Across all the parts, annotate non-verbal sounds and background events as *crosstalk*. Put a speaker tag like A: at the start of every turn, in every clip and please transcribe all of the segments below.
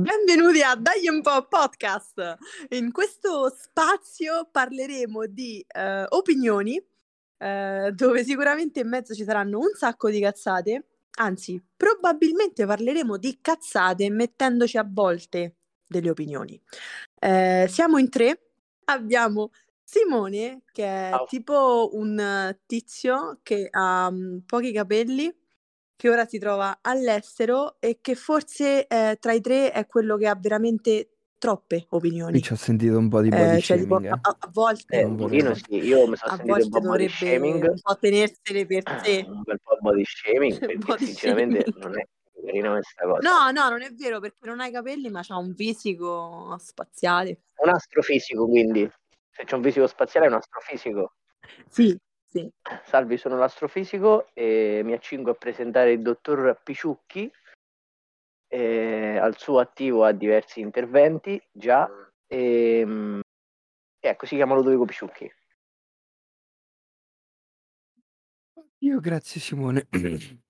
A: Benvenuti a Dagli un po' podcast. In questo spazio parleremo di eh, opinioni, eh, dove sicuramente in mezzo ci saranno un sacco di cazzate, anzi, probabilmente parleremo di cazzate mettendoci a volte delle opinioni. Eh, siamo in tre, abbiamo Simone che è
B: Ciao.
A: tipo un eh, tizio che ha mm, pochi capelli che ora si trova all'estero e che forse eh, tra i tre è quello che ha veramente troppe opinioni.
C: Qui ci ho sentito un po' di
A: Eh,
C: body
A: cioè, tipo,
C: shaming.
A: a,
C: eh.
A: a volte,
B: Eh,
C: Non
B: un
C: vorrei.
B: pochino sì, io mi sono
A: a
B: sentito un
A: volte
B: po' body
A: dovrebbe
B: shaming, Ah.
A: un po' tenersele per sé.
B: *clears throat* un bel po' body shaming, perché
A: Body
B: sinceramente
A: shaming.
B: non è carina questa cosa.
A: No, no, non è vero perché non hai capelli, ma c'ha un fisico spaziale.
B: Un astrofisico quindi, se c'è un fisico spaziale è un astrofisico.
A: Sì, sì.
B: Salvi, sono l'astrofisico e mi accingo a presentare il dottor Picciucchi. eh, al suo attivo ha diversi interventi già. E, mm, ecco, si chiama Ludovico Picciucchi.
C: Io grazie Simone. *coughs*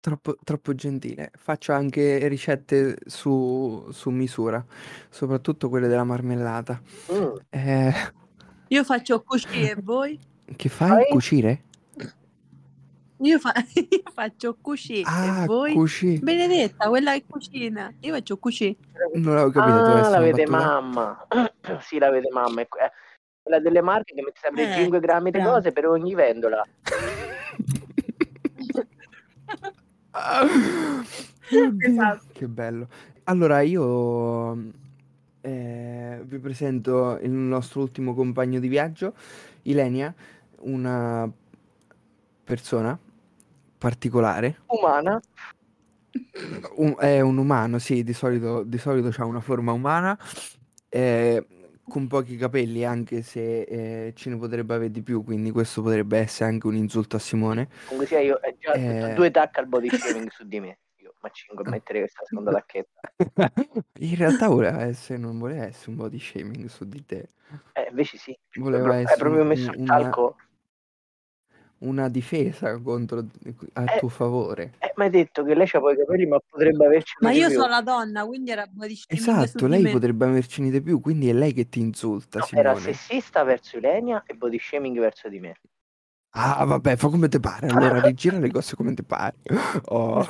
C: troppo, troppo gentile. Faccio anche ricette su, su misura, soprattutto quelle della marmellata.
B: Mm,
C: Eh,
A: Io faccio cucire e voi?
C: che fai?
B: Fai?
C: Cucire?
A: Io, fa- *laughs* io faccio cucire
C: Ah,
A: e voi?
C: cuci.
A: Benedetta, quella che cucina. Io faccio cucire.
C: Non l'avevo capito. doveva
B: ah,
C: essere
B: la
C: una
B: vede
C: *laughs* battuta.
B: mamma. *clears throat* sì, la vede mamma. è que- eh, quella delle marche che mette sempre
A: Eh,
B: 5 grammi di
A: bravo.
B: cose per ogni vendola.
C: Ah, oddio,
A: Esatto.
C: Che bello. Allora, io eh, vi presento il nostro ultimo compagno di viaggio, Ilenia, una persona particolare.
B: Umana.
C: Un- è un umano, sì, di solito, di solito ha una forma umana, eh, con pochi capelli, anche se eh, ce ne potrebbe avere di più, quindi questo potrebbe essere anche un insulto a Simone.
B: Comunque sia, io ho già
C: Eh. Mm.
B: due tacche al body shaming su di me. Io, ma 5 a mettere questa seconda tacchetta.
C: In realtà voleva essere, non voleva essere un body shaming su di te,
B: Eh, invece sì.
C: Voleva
B: Hai
C: essere
B: proprio
C: un-
B: messo il
C: una-
B: talco.
C: una difesa contro, a
B: Eh.
C: tuo favore.
B: Eh, mi hai detto che lei ha poi i capelli, ma potrebbe averci
A: Ma io
B: più.
A: sono la donna, quindi era body shaming su
C: Esatto,
A: di
C: lei
A: me.
C: potrebbe avercene di più, quindi è lei che ti insulta,
B: No, era
C: Simone.
B: sessista verso Ilenia e body shaming verso di me.
C: Ah, vabbè, fa come ti pare, allora rigira le cose come
B: *laughs*
C: ti pare. Oh.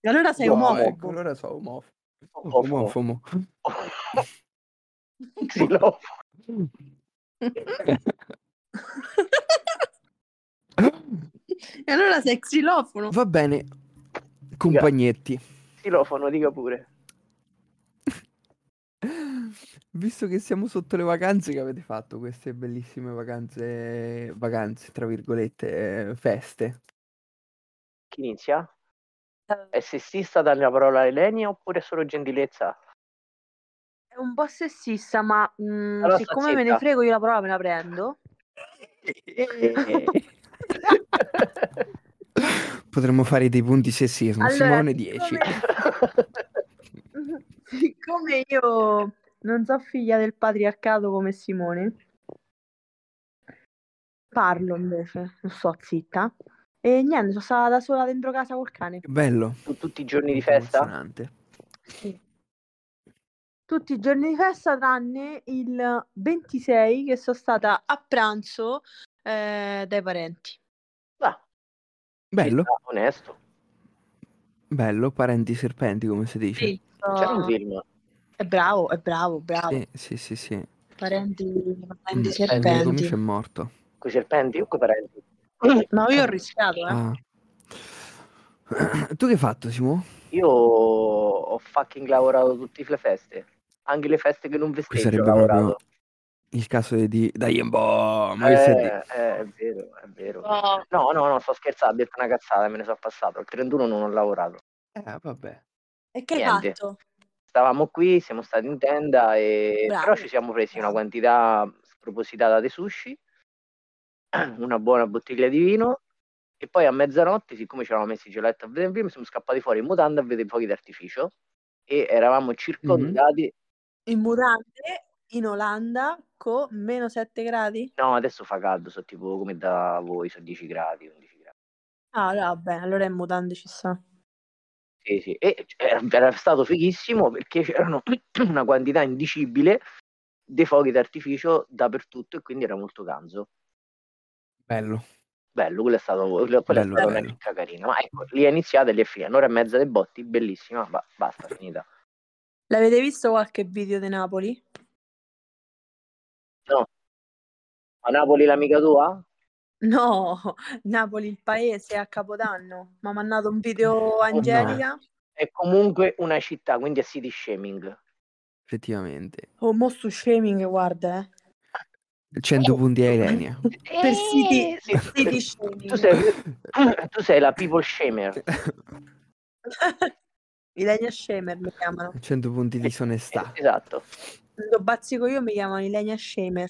A: E Allora sei
C: Wow,
A: omofobo.
C: Ecco, allora sono omofobo. Oh,
B: Omofobo.
C: Omofobo.
B: *laughs* Xilofo. eh.
A: *laughs* e allora sei xilofono.
C: Va bene, compagnetti.
B: Xilofono, dica pure.
C: Visto che siamo sotto le vacanze che avete fatto, queste bellissime vacanze, vacanze, tra virgolette, eh,
B: *laughs*
C: feste.
B: Chi inizia? È sessista dalla parola Ilenia oppure è solo
C: *laughs*
B: gentilezza? *laughs*
A: È un po' sessista, ma mm,
B: Allora sta
A: siccome me ne
B: zitta.
A: frego io la prova me la prendo.
C: Potremmo fare dei punti sessismo.
A: Allora,
C: Simone
A: siccome-
C: 10.
A: siccome io non so figlia del patriarcato come Simone, parlo invece, non sto zitta. E niente, sono stata da sola dentro casa col cane.
C: Che bello.
B: Tu- Tutti i giorni di
C: Molto
B: festa?
C: emozionante.
A: Tutti i giorni di festa, tranne il 26 che sono stata a pranzo eh, dai parenti.
B: Ah, ci
C: Bello,
B: sta, onesto.
C: bello, parenti serpenti come si dice.
A: Sì,
B: C'era un
A: so-
B: film.
A: è bravo, è bravo, bravo.
C: sì, sì, sì. sì.
A: Parenti,
C: Mm,
A: parenti
C: il mio
A: serpenti.
C: comicio è morto.
B: Coi serpenti o coi parenti?
C: *coughs*
A: No, io ho rischiato, eh.
C: Ah. Tu che hai fatto, Simo?
B: Io ho fucking lavorato tutte le feste. Anche le feste che non
C: Qui
B: vesteggio ho
C: sarebbe
B: lavorato.
C: proprio il caso di... Dai, un po', ma che sei di-
B: Eh, eh, è vero, è vero. No, no, no, sto scherzando, ho detto una cazzata, me ne sono passato. Il 31 non ho lavorato.
C: Eh, vabbè.
A: E che hai
B: Niente.
A: fatto?
B: Stavamo qui, siamo stati in tenda, e...
A: Bravo.
B: però ci siamo presi una quantità spropositata di sushi, *clears throat* una buona bottiglia di vino e poi a mezzanotte, siccome ci avevamo messi i gelato a vedere un film, siamo scappati fuori in mutanda a vedere i fuochi d'artificio e eravamo circondati...
A: In mutande in Olanda con meno 7 gradi?
B: No, adesso fa caldo, sono tipo come da voi, sono 10 gradi, 11 gradi.
A: Ah, allora, vabbè, allora in mutande ci sta.
B: Sì, sì. E era, era stato fighissimo perché c'erano *clears throat* una quantità indicibile dei fuochi d'artificio dappertutto e quindi era molto ganzo.
C: Bello.
B: Bello, quello è stato, quello- quella
C: Bello,
B: è stata
C: bello.
B: una ricca carina. Ma ecco, lì è iniziata e lì è finita. Un'ora e mezza dei botti, bellissima, ba- basta, finita.
A: L'avete visto qualche video di Napoli?
B: A Napoli l'amica tua?
A: No, *laughs* Napoli il paese a Capodanno. Mi ha mandato un video Angelica.
B: È comunque una città, quindi è city shaming.
C: Effettivamente.
A: Oh, mo su shaming, guarda, eh. *laughs*
C: 100 punti a Irenia.
A: Per city-
B: Eh, sì,
A: City
B: *laughs*
A: *laughs* shaming.
B: tu,
C: *laughs*
B: sei, tu sei la people shamer. Eh,
A: 'Ilenia Shamer mi chiamano.
C: 100 punti
A: Eh,
C: di disonestà.
B: Esatto.
A: Lo bazzico io mi chiamano Ilenia Shamer.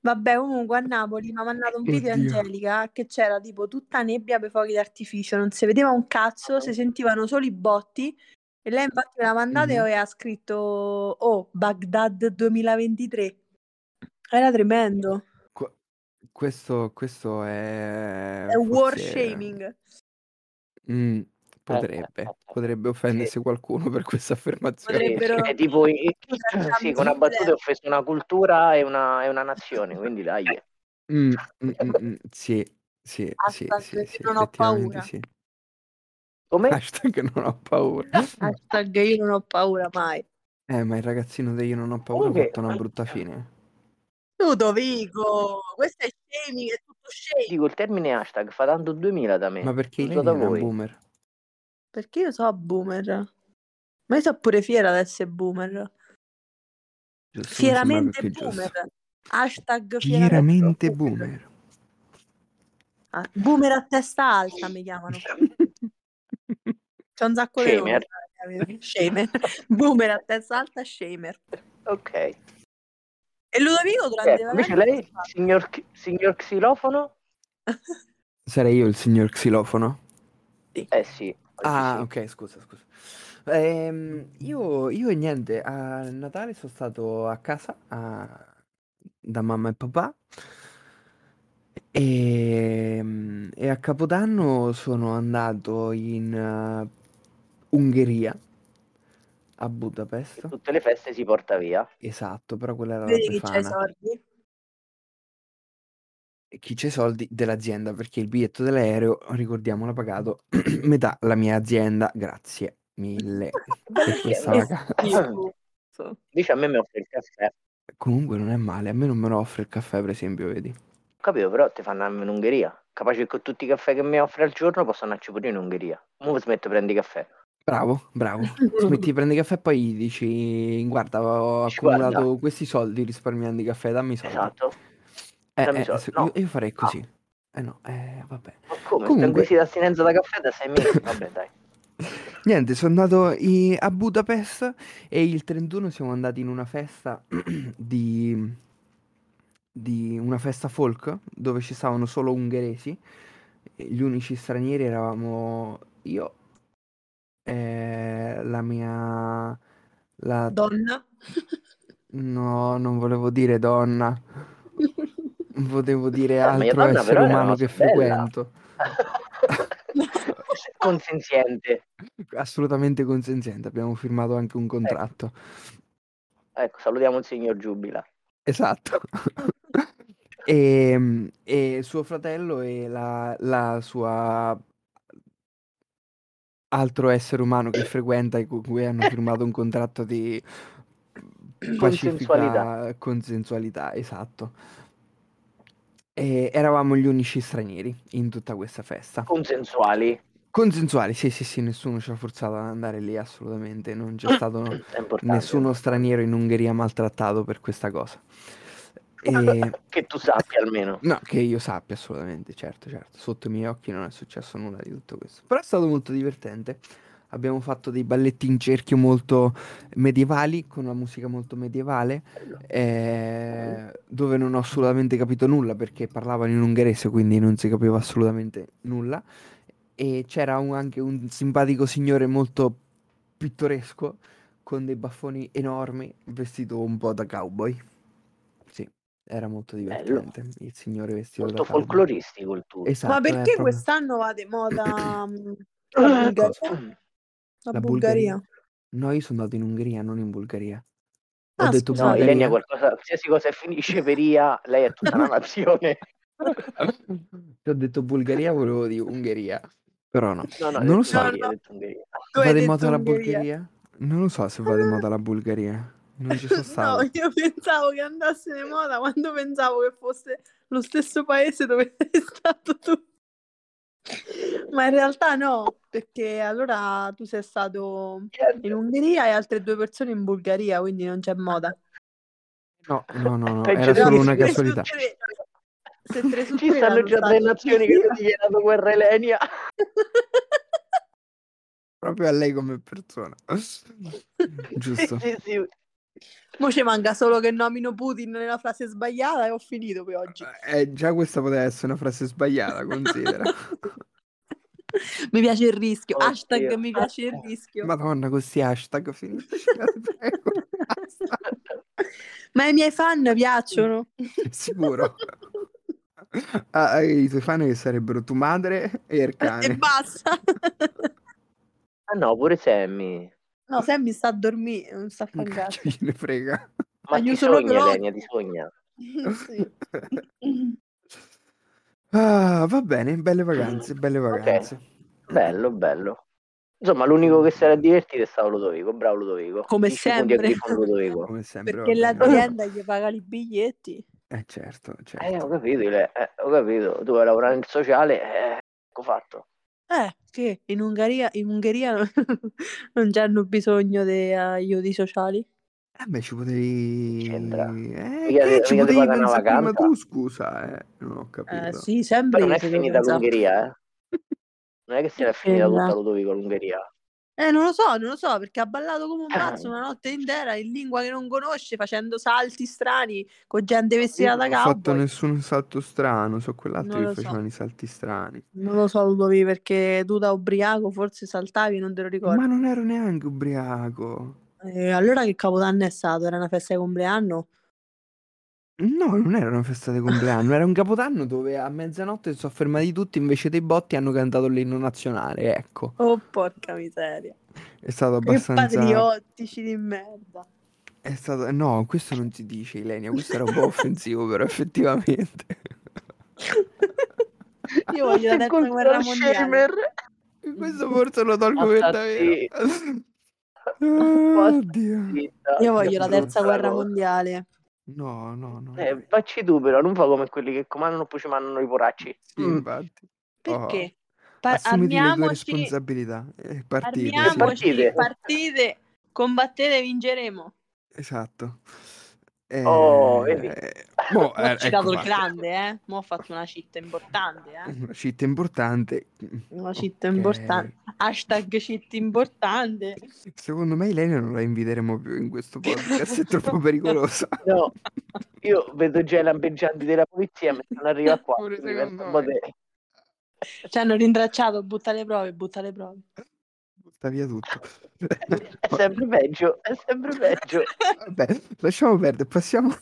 A: Vabbè, comunque a Napoli mi ha mandato un video
C: Oddio.
A: Angelica che c'era tipo tutta nebbia per fuochi d'artificio, non si vedeva un cazzo, si sentivano solo i botti. E lei infatti me l'ha mandata e
C: Mhm.
A: aveva scritto Oh, Baghdad 2023. Era tremendo.
C: Qu- questo, questo è...
A: È war
C: Eh, forse-
A: shaming.
B: Eh,
C: Mm, potrebbe, potrebbe offendersi qualcuno per questa affermazione.
B: Sì,
A: Potrebbero-
B: sì, è tipo i- *laughs*
A: Potrebbero-
B: *clears throat* sì, con una battuta ho offeso una cultura e una, e una nazione, quindi dai.
C: Mm,
B: *laughs*
C: mm, mm, mm, sì, sì, sì,
A: Hashtag
C: sì, sì,
A: non ho
C: effettivamente
A: paura.
C: sì.
B: Come?
C: Hashtag non ho paura.
A: Hashtag io non ho paura mai.
C: Eh, ma il ragazzino di Io non ho paura ha
B: Comunque-
C: fatto una brutta fine.
A: Ludovico, questo è shaming, è tutto shaming.
B: Dico il termine hashtag fa tanto 2000 da me.
C: Ma perché
B: Uso
C: Irene
B: da
C: è una
B: voi.
C: boomer?
A: Perché io so boomer. Ma io so pure fiera di essere boomer.
C: Giusto, mi sembra
A: Fieramente
C: più giusto.
A: boomer. Hashtag
C: Fieramente boomer.
A: Ah, boomer a testa alta mi chiamano. C'è un sacco di
B: Shamer.
A: nomi, capito? Shamer. *laughs* boomer a testa alta, shamer.
B: Ok.
A: E Ludovico
B: Eh,
A: durante le
B: invece
A: vacanze
B: lei, signor, chi- signor xilofono?
C: *laughs* Sarei io il signor xilofono?
B: Eh sì.
C: Ah,
B: sì,
C: ok, scusa, scusa. Ehm, io, io niente, a Natale sono stato a casa a- da mamma e papà e, Ehm, e a Capodanno sono andato in eh, Ungheria, a
B: sì.
C: Budapest.
B: Tutte le feste si porta via.
C: Esatto, però quella era la
A: *laughs* vedi che c'hai i
C: Befana.
A: soldi.
C: E Chi c'è i soldi dell'azienda perché il biglietto dell'aereo, ricordiamolo, ha pagato *clears throat* metà la mia azienda. Grazie mille per questa
B: Eh,
C: vacanza.
A: Schifoso.
B: Dice a me mi offre il caffè.
C: Comunque non è male, a me non me lo offre il caffè, per esempio, vedi.
B: Capito, però ti fanno andare in Ungheria. Capace che con tutti i caffè che mi offre al giorno posso andarci pure in Ungheria. Mo smetto di prendere caffè.
C: Bravo, bravo. Eh, Smetti di prendere caffè e poi gli dici, guarda, ho
B: Dici,
C: accumulato
B: "Guarda."
C: questi soldi risparmiando i caffè, dammi i soldi.
B: Esatto.
C: Eh,
B: dammi i
C: eh,
B: soldi.
C: se-
B: No.
C: io, io farei così. Eh no, eh, vabbè.
B: Ma come? Sto in
C: Comunque-
B: crisi di astinenza da caffè da sei
C: *laughs*
B: mesi. Vabbè, dai. *laughs*
C: Niente, sono andato i- a Budapest e il 31 siamo andati in una festa *clears throat* di, di una festa folk dove ci stavano solo ungheresi. E Gli unici stranieri eravamo io, eh, la mia... La,
A: Donna.
C: no, non volevo dire donna, *laughs* volevo dire
B: Donna, mia
C: altro
B: donna
C: essere
B: però era
C: umano
B: una
C: che
B: cosa bella.
C: frequento.
B: Consenziente.
C: Assolutamente consenziente, abbiamo firmato anche
B: Eh.
C: un contratto.
B: Ecco, salutiamo il signor Giubila.
C: Esatto. e, e suo fratello e la, la sua altro essere umano che frequenta e con cui hanno firmato un contratto di pacifica
B: Consensualità.
C: consensualità, esatto. E eravamo gli unici stranieri in tutta questa festa.
B: Consensuali.
C: Consensuali, sì, sì, sì, nessuno ci ha forzato ad andare lì, assolutamente, non c'è
B: *coughs*
C: stato
B: È importante. *laughs*
C: nessuno straniero in Ungheria maltrattato per questa cosa. E...
B: Che tu sappia almeno.
C: No, che io sappia assolutamente, certo, certo. Sotto i miei occhi non è successo nulla di tutto questo. Però è stato molto divertente. Abbiamo fatto dei balletti in cerchio molto medievali, con una musica molto medievale, eh, dove non ho assolutamente capito nulla perché parlavano in ungherese, quindi non si capiva assolutamente nulla. E c'era un- anche un simpatico signore molto pittoresco, con dei baffoni enormi, vestito un po' da cowboy. Sì, era molto divertente. Il signore vestito
B: Molto
C: da cowboy.
B: folcloristico il tuo.
C: Esatto,
A: Ma
C: è
A: perché
C: proprio-
A: quest'anno va di moda mm, La
B: *coughs*
A: Bulgaria.
B: Eh.
C: Cosa?
A: La
C: La
A: Bulgaria.
C: No, io sono andato in Ungheria, non in Bulgaria.
A: Ah,
C: Ho detto
A: scusa.
B: No,
A: Sì.
B: Ilenia,
C: Bulgaria.
B: qualcosa, qualsiasi cosa finisce per IA, lei
A: *laughs*
B: è tutta una nazione.
C: Ti ho detto Bulgaria, volevo dire Ungheria. Però no.
B: No, no,
C: Non lo
B: hai detto
C: so.
B: Ungheria, hai detto Ungheria.
A: Tu hai
C: va di
A: detto
C: moda la
A: Ungheria.
C: Bulgaria? Non lo so se va di moda la Bulgaria.
A: *laughs*
C: Non ci sono stato.
A: No, io pensavo che andasse di moda quando pensavo che fosse lo stesso paese dove *laughs* sei stato tu. Ma in realtà no, perché allora tu sei stato in Ungheria e altre due persone in Bulgaria, quindi non c'è moda.
C: No, no, no, no,
B: Peggio
C: era
B: di
C: solo
B: oggi.
C: una
A: Tre su
C: casualità.
A: tre. Se tre su
B: Ci
A: tre
B: stanno
A: erano
B: già
A: stati
B: tre nazioni che
A: in
B: non ti viene dato guerra Ilenia.
C: Proprio a lei come persona. *laughs* Giusto.
B: Sì, sì, sì.
A: *laughs* Mo ci manca solo che nomino Putin nella frase sbagliata e ho finito per oggi.
C: Eh, già questa poteva essere una frase sbagliata, considera.
A: *laughs* Mi piace il rischio.
B: Oddio.
A: Hashtag mi piace il rischio.
C: Madonna, questi hashtag finisci.
A: Ma i miei fan piacciono.
C: Sicuro. *laughs* Ah, ah, I tuoi fan che sarebbero tu madre e il
A: *laughs*
C: cane.
A: E basta.
B: Ah no, pure Sammy.
A: No, Sammy sta a dormire, non sta a fare
C: Cacchio
A: cazzo.
C: gliene frega.
B: Ma
A: Ma io
B: ti
A: sono
B: sogna
A: veloce.
B: Ilenia, ti sogna.
A: Sì.
C: *laughs* Ah, va bene, belle vacanze, belle vacanze.
B: Bello, bello. Insomma, l'unico che si era divertito è stato Ludovico. Bravo Ludovico.
A: Come
B: 10 punti a
A: sempre.
B: Griffon
C: *laughs*
B: Ludovico.
C: Come sempre.
A: Perché
C: va bene.
A: l'azienda gli paga i biglietti.
C: Eh certo, certo.
B: Eh, ho capito, Ile- eh, ho capito. Tu vai a lavorare nel sociale, eh, ecco fatto.
A: Eh, che in Ungheria, in Ungheria non- non c'hanno bisogno degli aiuti sociali.
C: Eh beh, ci potevi...
B: C'entra.
C: Eh,
B: Mica-
C: che ci
B: mica ti
C: potevi
B: pagano la
C: pensare prima
B: vacanza.
C: tu, scusa, eh. Non ho capito.
A: Eh, sì, sempre
B: Poi non
A: gli
B: è
A: si deve
B: finita
A: pensare.
B: l'Ungheria, eh. Non è che
A: *laughs*
B: si era finita
A: Bella.
B: tutta Ludovico l'Ungheria.
A: Eh, non lo so, non lo so, perché ha ballato come un pazzo
B: Eh.
A: una notte intera in lingua che non conosce, facendo salti strani con gente vestita da
C: non ho fatto
A: cowboy.
C: nessun salto strano, so quell'altro
A: Non lo
C: che
A: so.
C: facevano i salti strani.
A: Non lo so, Ludovico, perché tu da ubriaco forse saltavi, non te lo ricordo.
C: Ma non ero neanche ubriaco.
A: Eh, allora che capodanno è stato? Era una festa di compleanno?
C: No, non era una festa di compleanno, era un capodanno dove a mezzanotte si sono fermati tutti, invece dei botti hanno cantato l'inno nazionale, ecco.
A: Oh, porca miseria.
C: È stato
A: Che
C: abbastanza...
A: patriottici di
C: *laughs*
A: merda.
C: È stato... No, questo non si dice, Ilenia, questo era un
A: *laughs*
C: po' offensivo, però effettivamente...
A: Io voglio la terza guerra mondiale.
C: Questo forse lo tolgo per davvero. *laughs*
B: Ammazza,
C: Oddio.
A: Io voglio la
C: brutta
A: terza guerra mondiale.
C: Oh, No, no, no.
B: Eh, facci tu però, non fa come quelli che comandano poi ci mandano i poracci.
C: Sì,
B: Mm.
C: infatti.
A: Perché?
C: Oh,
A: Pa-
C: assumiti le tue
A: armiamoci,
C: responsabilità e partite. sì.
A: armiamoci,
B: Partite.
A: partite, combattete, vinceremo.
C: Esatto. Eh,
B: Oh, vedi? *laughs*
C: boh,
A: Ho
C: eh,
A: citato
C: ecco
A: il
C: fatto.
A: grande, eh. Mo' ho fatto una città importante, eh.
C: Una città importante.
A: Una città
C: Ok.
A: importante. Hashtag città importante.
C: Secondo me Elena non la inviteremo più in
B: *laughs*
C: questo podcast, è troppo pericolosa.
B: No, io vedo già i lampeggianti della polizia, ma non arriva qua.
C: Pure
B: quindi
C: secondo
B: penso un po'
C: me.
B: di-
A: Ci hanno rintracciato, butta le prove, butta le prove.
C: *laughs* Butta
B: *laughs*
C: via tutto. *laughs*
B: È sempre peggio, è sempre peggio.
C: Vabbè, lasciamo perdere, passiamo.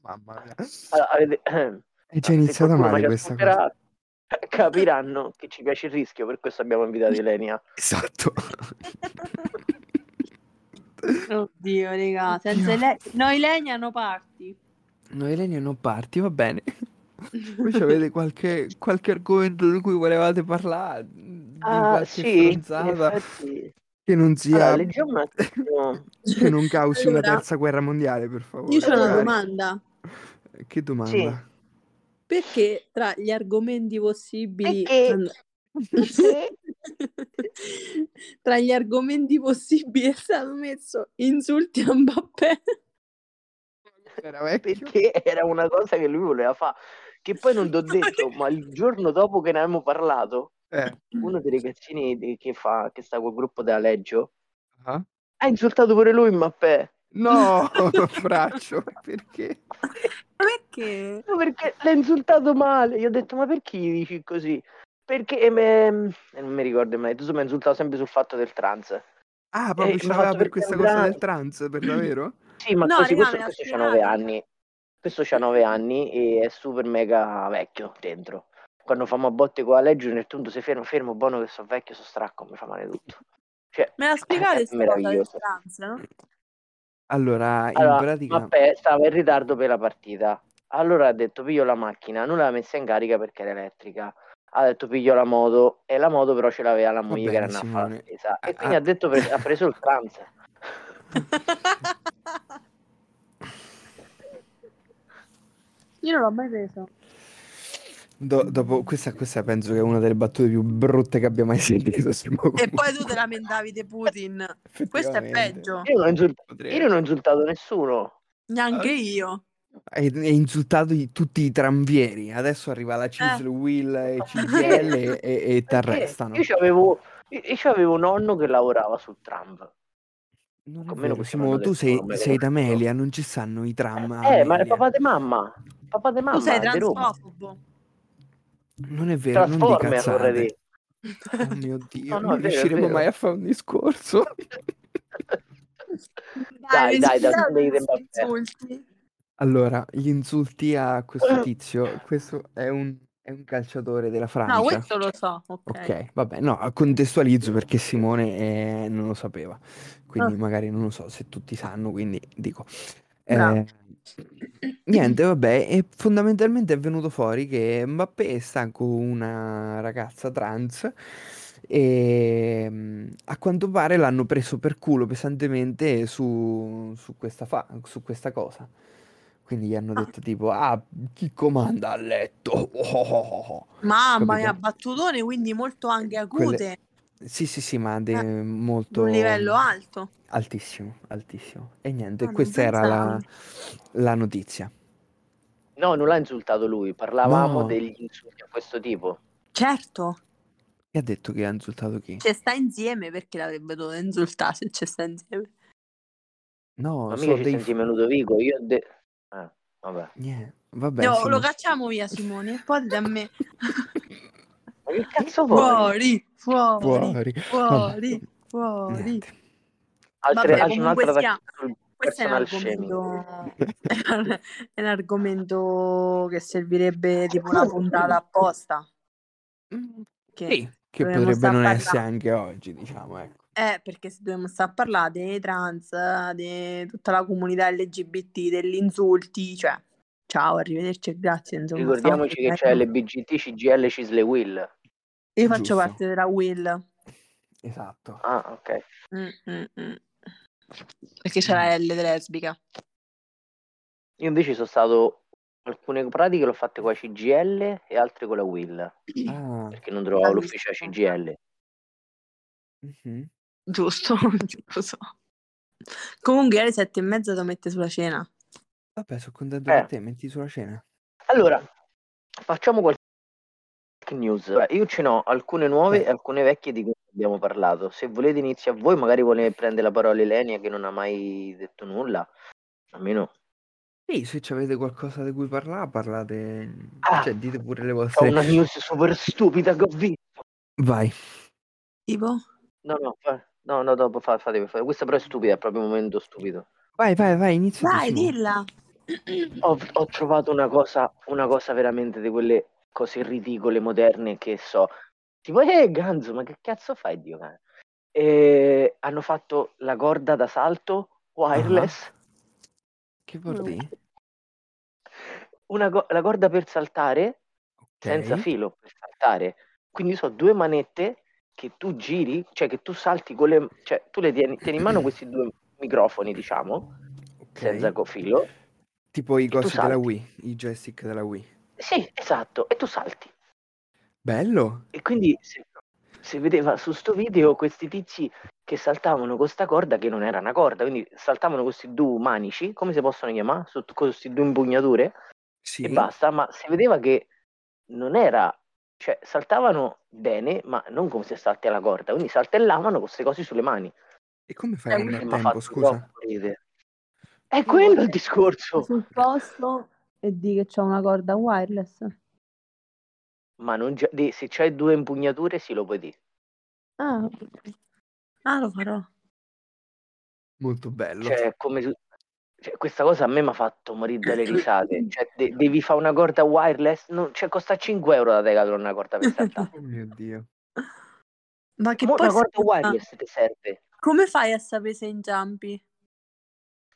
C: Mamma mia.
B: Allora, avete- eh,
C: È già
B: se
C: iniziata
B: qualcuno
C: male
B: ci
C: questa
B: ascolterà,
C: cosa.
B: Capiranno che ci piace il rischio, per questo abbiamo
C: *laughs*
B: invitato Ilenia.
C: Esatto.
A: *laughs*
C: *laughs*
A: Oddio, raga, senza
C: Oddio.
A: Ile- noi legna no parti.
C: No, Elenia non parti, va bene. Voi ci avete qualche, qualche argomento di cui volevate parlare? Di
B: Ah,
C: qualche
B: sì, in
C: stronzata
B: effetti.
C: che non sia...
B: Allora, leggiamo un attimo.
C: che non causi una
A: Allora,
C: terza guerra mondiale, per favore.
A: Io ho una
B: magari.
A: domanda.
C: Che domanda?
A: Perché tra gli argomenti possibili...
B: Perché?
A: *laughs* tra gli argomenti possibili è stato messo insulti a Mbappé.
C: Era vecchio?
B: perché era una cosa che lui voleva fare. Che poi non t'ho detto, ma il giorno dopo che ne avevamo parlato,
C: Eh.
B: uno dei ragazzini di- che, fa, che sta col gruppo da Leggio
C: Ah.
B: ha insultato pure lui Mbappé.
C: No, *laughs* Fraccio, perché?
A: Ma Perché?
B: No, perché l'ha insultato male. Gli ho detto, ma perché gli dici così? Perché me- non mi ricordo mai, tu mi ha insultato sempre sul fatto del trans.
C: Ah, proprio
B: Eh,
C: ce
B: l'ho
C: l'aveva
B: fatto
C: per
B: perché
C: questa
B: era
C: cosa
B: bravo.
C: del trans,
B: *laughs*
C: per davvero?
B: Sì, ma
A: No,
B: così,
A: raga,
B: questo,
A: me l'ha
B: questo c'ha
A: spiegato.
B: 9 anni. Questo c'ha 9 anni e è super mega vecchio dentro. quando famo a botte con la legge, nel tutto sei fermo, fermo, buono che so vecchio, so stracco, mi fa male tutto. Cioè,
A: Me la spiegate
B: è
A: sta cosa delle
B: meraviglioso.
A: speranze, no?
C: Allora, in
B: Allora,
C: pratica...
B: Mappè stava in ritardo per la partita. Allora ha detto piglio la macchina, non l'ha messa in carica perché era elettrica. Ha detto piglio la moto e la moto però ce l'aveva la moglie
C: bene,
B: che era andata a fare la
C: Simone.
B: spesa. E
C: Ah,
B: quindi
C: ah.
B: ha detto pre- ha preso il
C: *laughs*
B: trans.
A: Io non l'ho mai preso.
C: Do- dopo questa, questa penso che è una delle battute più brutte che abbia mai *laughs* sentito.
A: E poi tu te la mentavi di Putin.
C: *laughs*
A: Questo è peggio.
B: Io non, ho insult- io non ho insultato nessuno.
C: Ah.
A: Neanche io.
C: Hai hai insultato i- tutti i tranvieri. Adesso arriva
B: Eh.
C: la CISL, Will e CGL
B: *laughs*
C: e, e, ti arrestano.
B: Io avevo un nonno che lavorava sul tram.
C: Non è
B: Almeno
C: vero,
B: questo
C: Simo,
B: l'hanno
C: tu
B: detto,
C: sei,
B: non me lo
C: sei
B: ricordo.
C: d'Amelia, non ci stanno i tram. a
B: Eh, ma è
C: Amelia.
B: papà di mamma. Papà di mamma.
A: tu sei
B: di Roma.
A: transfobo.
C: Non è vero, non di
B: Transformer, vorrei
C: cazzate.
B: dire.
C: Oh mio
B: No, no,
C: Dio,
B: è vero,
C: non
B: è
C: riusciremo
B: vero.
C: mai a fare
B: *laughs*
C: un discorso.
B: Dai, dai, dai, non devi
A: insulti,
B: tempo a
A: insulti.
C: Allora, gli insulti a questo tizio, questo è un, è un calciatore della Francia.
A: No, questo lo so. Ok.
C: Ok, vabbè, no, contestualizzo perché Simone eh, non lo sapeva, quindi
A: Ah.
C: magari non lo so se tutti sanno, quindi dico.
A: Bravo.
C: Eh, niente, vabbè, e fondamentalmente è venuto fuori che Mbappé sta con una ragazza trans e mm, a quanto pare l'hanno preso per culo pesantemente su, su questa, fa- su questa cosa. Quindi gli hanno
A: Ah.
C: detto tipo, ah, chi comanda a letto? *laughs* Oh, oh, oh, oh.
A: Mamma
C: Capito?
A: mia, battutone, quindi molto anche
C: Quelle-
A: acute,
C: Sì, sì, sì, ma de-
A: Eh, di
C: molto
A: un livello alto.
C: altissimo, altissimo. E niente,
A: Ah, non
C: questa era la,
A: pensavo.
C: la notizia.
B: *laughs* No, non l'ha insultato lui, parlavamo
C: No.
B: degli insulti a questo tipo.
A: Certo,
C: Chi ha detto che ha insultato chi?
A: ci sta insieme perché l'avrebbe dovuto insultare se ci sta insieme.
C: No,
B: Ma
C: so
B: mica ci
C: dei...
B: senti Ludovico, io... De... Ah, vabbè.
C: Niente, vabbè,
A: No,
C: insomma.
A: lo cacciamo via Simone, e poi da
C: *laughs*
A: me.
B: Ma che cazzo vuoi?
A: fuori, fuori,
C: Fuori.
A: fuori, fuori.
C: Niente.
B: Altre,
A: Vabbè,
B: altre-
A: comunque
B: un'altra
A: sia-
B: tacchina sul
A: Questo è un
B: personal shaming.
A: argomento, *laughs* è Eh, un argomento che servirebbe tipo una puntata apposta.
C: Mm,
A: Che...
C: Sì, che
A: dovremmo
C: potrebbe
A: star
C: non
A: parlando.
C: essere anche oggi, diciamo, ecco.
A: Eh, perché se dobbiamo stare a parlare dei trans, di tutta la comunità LGBT, degli insulti, cioè, ciao, arrivederci e grazie. Insomma,
B: Ricordiamoci
A: stiamo-
B: che c'è l'BGT, CGL, Cisle Will.
A: Io faccio
C: Giusto.
A: parte della Will.
C: Esatto.
B: Ah, ok.
A: Mm, mm, mm. Perché c'è la L lesbica.
B: Io invece sono stato... Alcune pratiche le ho fatte con la CGL e altre con la Will,
C: Ah,
B: perché non trovavo
A: Bravissimo.
B: l'ufficio della CGL.
C: mhm.
A: Giusto, *laughs* giusto. Comunque alle sette e mezza lo mette sulla cena.
C: Vabbè, sono contento
B: Eh.
C: per te, metti sulla cena.
B: Allora, facciamo qualche news. Allora, io ce n'ho alcune nuove e alcune vecchie di cui abbiamo parlato. Se volete inizia voi, magari vuole prendere la parola Elenia che non ha mai detto nulla. Almeno
C: Sì, se ci avete qualcosa di cui parlare, parlate...
B: Ah.
C: Cioè, dite pure le
B: ho
C: vostre...
B: una news super stupida che ho visto.
C: Vai.
A: Tipo?
B: No, no, fa- no, no, dopo fa- fate, fate. Questa però è stupida, è proprio un momento stupido.
C: Vai, vai, vai, inizia. tu,
A: Vai,
C: Simo.
A: dilla.
B: Ho, ho trovato una cosa, una cosa veramente di quelle cose ridicole, moderne che so. Tipo, eh, Ganzo, ma che cazzo fai, Dio? cane?" E hanno fatto la corda da salto wireless.
C: Che vuol
A: No.
C: dire?
B: una go- la corda per saltare senza
C: Ok.
B: filo per saltare. Quindi sono due manette che tu giri, cioè che tu salti con le cioè tu le tieni, tieni in mano questi due microfoni, diciamo,
C: Ok.
B: senza co- filo.
C: Tipo i cosi
B: salti.
C: della Wii, i joystick della Wii.
B: Sì, esatto, e tu salti.
C: Bello.
B: E quindi se, se vedeva su sto video questi tizi che saltavano con sta corda che non era una corda, quindi saltavano con questi due manici, come si possono chiamare? Su con questi due impugnature.
C: Sì.
B: e basta, ma si vedeva che non era, cioè saltavano bene, ma non come se salti alla corda, quindi saltellavano con queste cose sulle mani.
C: E come
A: Eh,
C: fai a
B: Quello
C: andare
B: che
C: a
B: mi ha fatto
C: tempo, scusa?
B: troppo ridere. È quello il
C: *laughs*
B: discorso,
A: Sul posto e di che c'è una corda wireless.
B: ma non già- di- se c'hai due impugnature sì lo puoi dire.
A: Ah, ah lo farò.
C: Molto bello.
B: Cioè, è Cioè, come, se- Cioè, questa cosa a me mi ha fatto morire dalle risate. Cioè, de- devi fare una corda wireless, non- cioè, costa 5 euro da Decathlon una corda per saltare.
C: Oh mio Dio.
A: Ma che
B: Mo
A: poi
B: una corda
A: scusa,
B: wireless ti serve.
A: come fai a sapere se inciampi?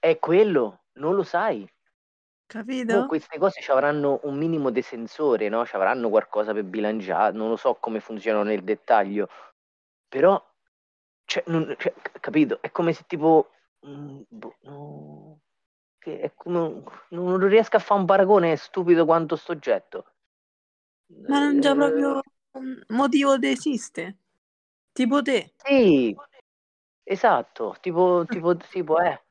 B: È quello, non lo sai.
A: Capito?
B: Mo queste cose ci avranno un minimo di sensore, no? Ci avranno qualcosa per bilanciare, non lo so come funzionano nel dettaglio, però, cioè, non- cioè, c- capito? È come se tipo, mm, boh, no, che è come- non riesco a fare un paragone stupido quanto Eh, soggetto.
A: Ma non c'è proprio un motivo di esiste. Tipo te.
B: Sì, esatto, tipo,
A: *laughs*
B: tipo, tipo, eh,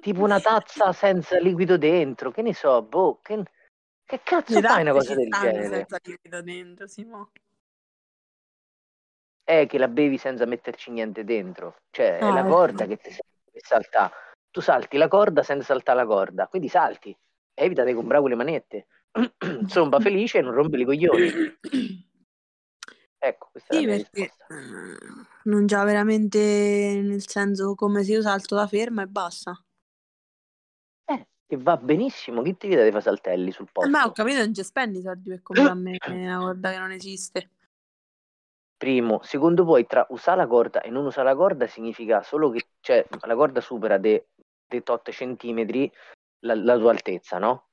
B: tipo una tazza senza liquido dentro, che ne so, boh, che, che cazzo
A: Le
B: fai una
A: tazze
B: cosa
A: Esatto, ci
B: del
A: stanno
B: genere?
A: senza liquido dentro, Simo.
B: è che la bevi senza metterci niente dentro. Cioè, è
A: Ah,
B: la
A: ecco.
B: corda che ti serve per saltare. Tu salti la corda senza saltare la corda, quindi salti. Evita di comprare quelle manette. *clears throat* Insomma, felice e non rompi i coglioni. Ecco, questa è
A: Sì,
B: la mia
A: perché
B: risposta.
A: eh, non c'ha veramente nel senso come se io salto la ferma e basta.
B: Eh, che va benissimo. Chi ti vieta di fare saltelli sul posto?
A: Ma ho capito, non ci spendi i soldi per comprarmi una corda che non esiste.
B: Primo, secondo voi tra usare la corda e non usare la corda significa solo che cioè, la corda supera dei de tot centimetri la, la tua altezza, no?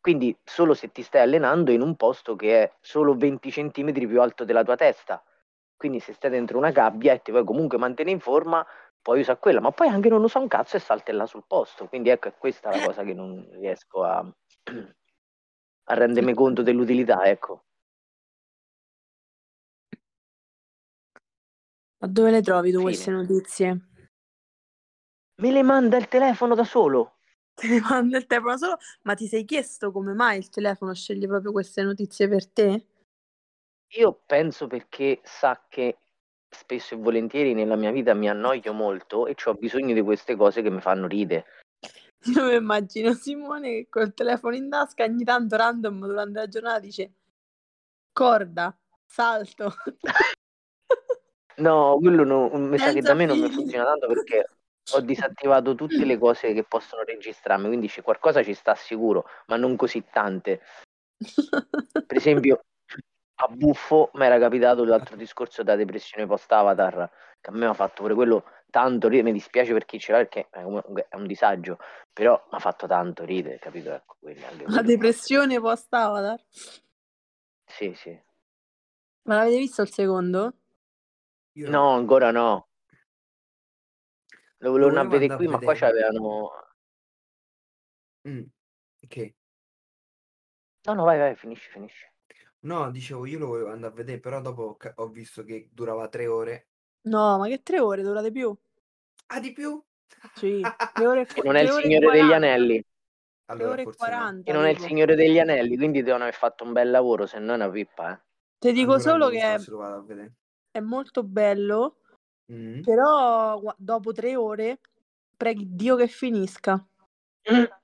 B: Quindi solo se ti stai allenando in un posto che è solo 20 centimetri più alto della tua testa. Quindi se stai dentro una gabbia e ti vuoi comunque mantenere in forma, puoi usare quella, ma poi anche non usa un cazzo e saltella sul posto. Quindi ecco, è questa la cosa che non riesco a, a rendermi conto dell'utilità, ecco.
A: Ma dove le trovi tu
B: Fine.
A: queste notizie? *laughs*
B: Me le manda il telefono da solo.
A: Te ne mando il telefono solo, ma ti sei chiesto come mai il telefono sceglie proprio queste notizie per te?
B: Io penso perché sa che spesso e volentieri nella mia vita mi annoio molto e ho bisogno di queste cose che mi fanno ridere.
A: Io mi immagino Simone che col telefono in tasca ogni tanto random durante la giornata dice corda, salto.
B: No, quello no- mm, mi sa che
A: Senza
B: da me non mi
A: fili.
B: funziona tanto perché ho disattivato tutte le cose che possono registrarmi, quindi c'è qualcosa ci sta sicuro, ma non così tante. Per esempio, a Buffo mi era capitato l'altro discorso della depressione post-Avatar, che a me mi ha fatto pure quello tanto ridere, mi dispiace per chi ce l'ha perché è un, è un disagio, però mi ha fatto tanto ridere, capito? Ecco, quindi anche
A: *laughs* La
B: quello.
A: depressione post-avatar.
B: Sì, sì.
A: Ma l'avete visto il secondo?
C: Io
B: No, ancora no. Lo volevano
C: volevo
B: vedere
C: andare
B: qui,
C: a
B: ma qua
C: vedere.
B: c'avevano...
C: Mm, ok.
B: No, no, vai, vai, finisci, finisci.
C: No, dicevo, io lo volevo andare a vedere, però dopo ho ca- ho visto che durava tre ore.
A: No, ma che tre ore dura di più?
C: Ah, di più?
A: Sì, tre ore e
B: Che non è il Signore degli Anelli.
A: Allora,
C: Allora,
A: ore e
C: forse no.
A: 40.
B: Che non è il
A: tipo.
B: Signore degli Anelli, quindi devono aver fatto un bel lavoro, se no è una pippa, eh.
A: Ti dico
C: Allora
A: solo
C: non lo
A: che
C: so
A: è,
C: se lo vado a vedere.
A: è molto bello,
C: Mm.
A: però gua- dopo tre ore preghi Dio che finisca,
B: eh.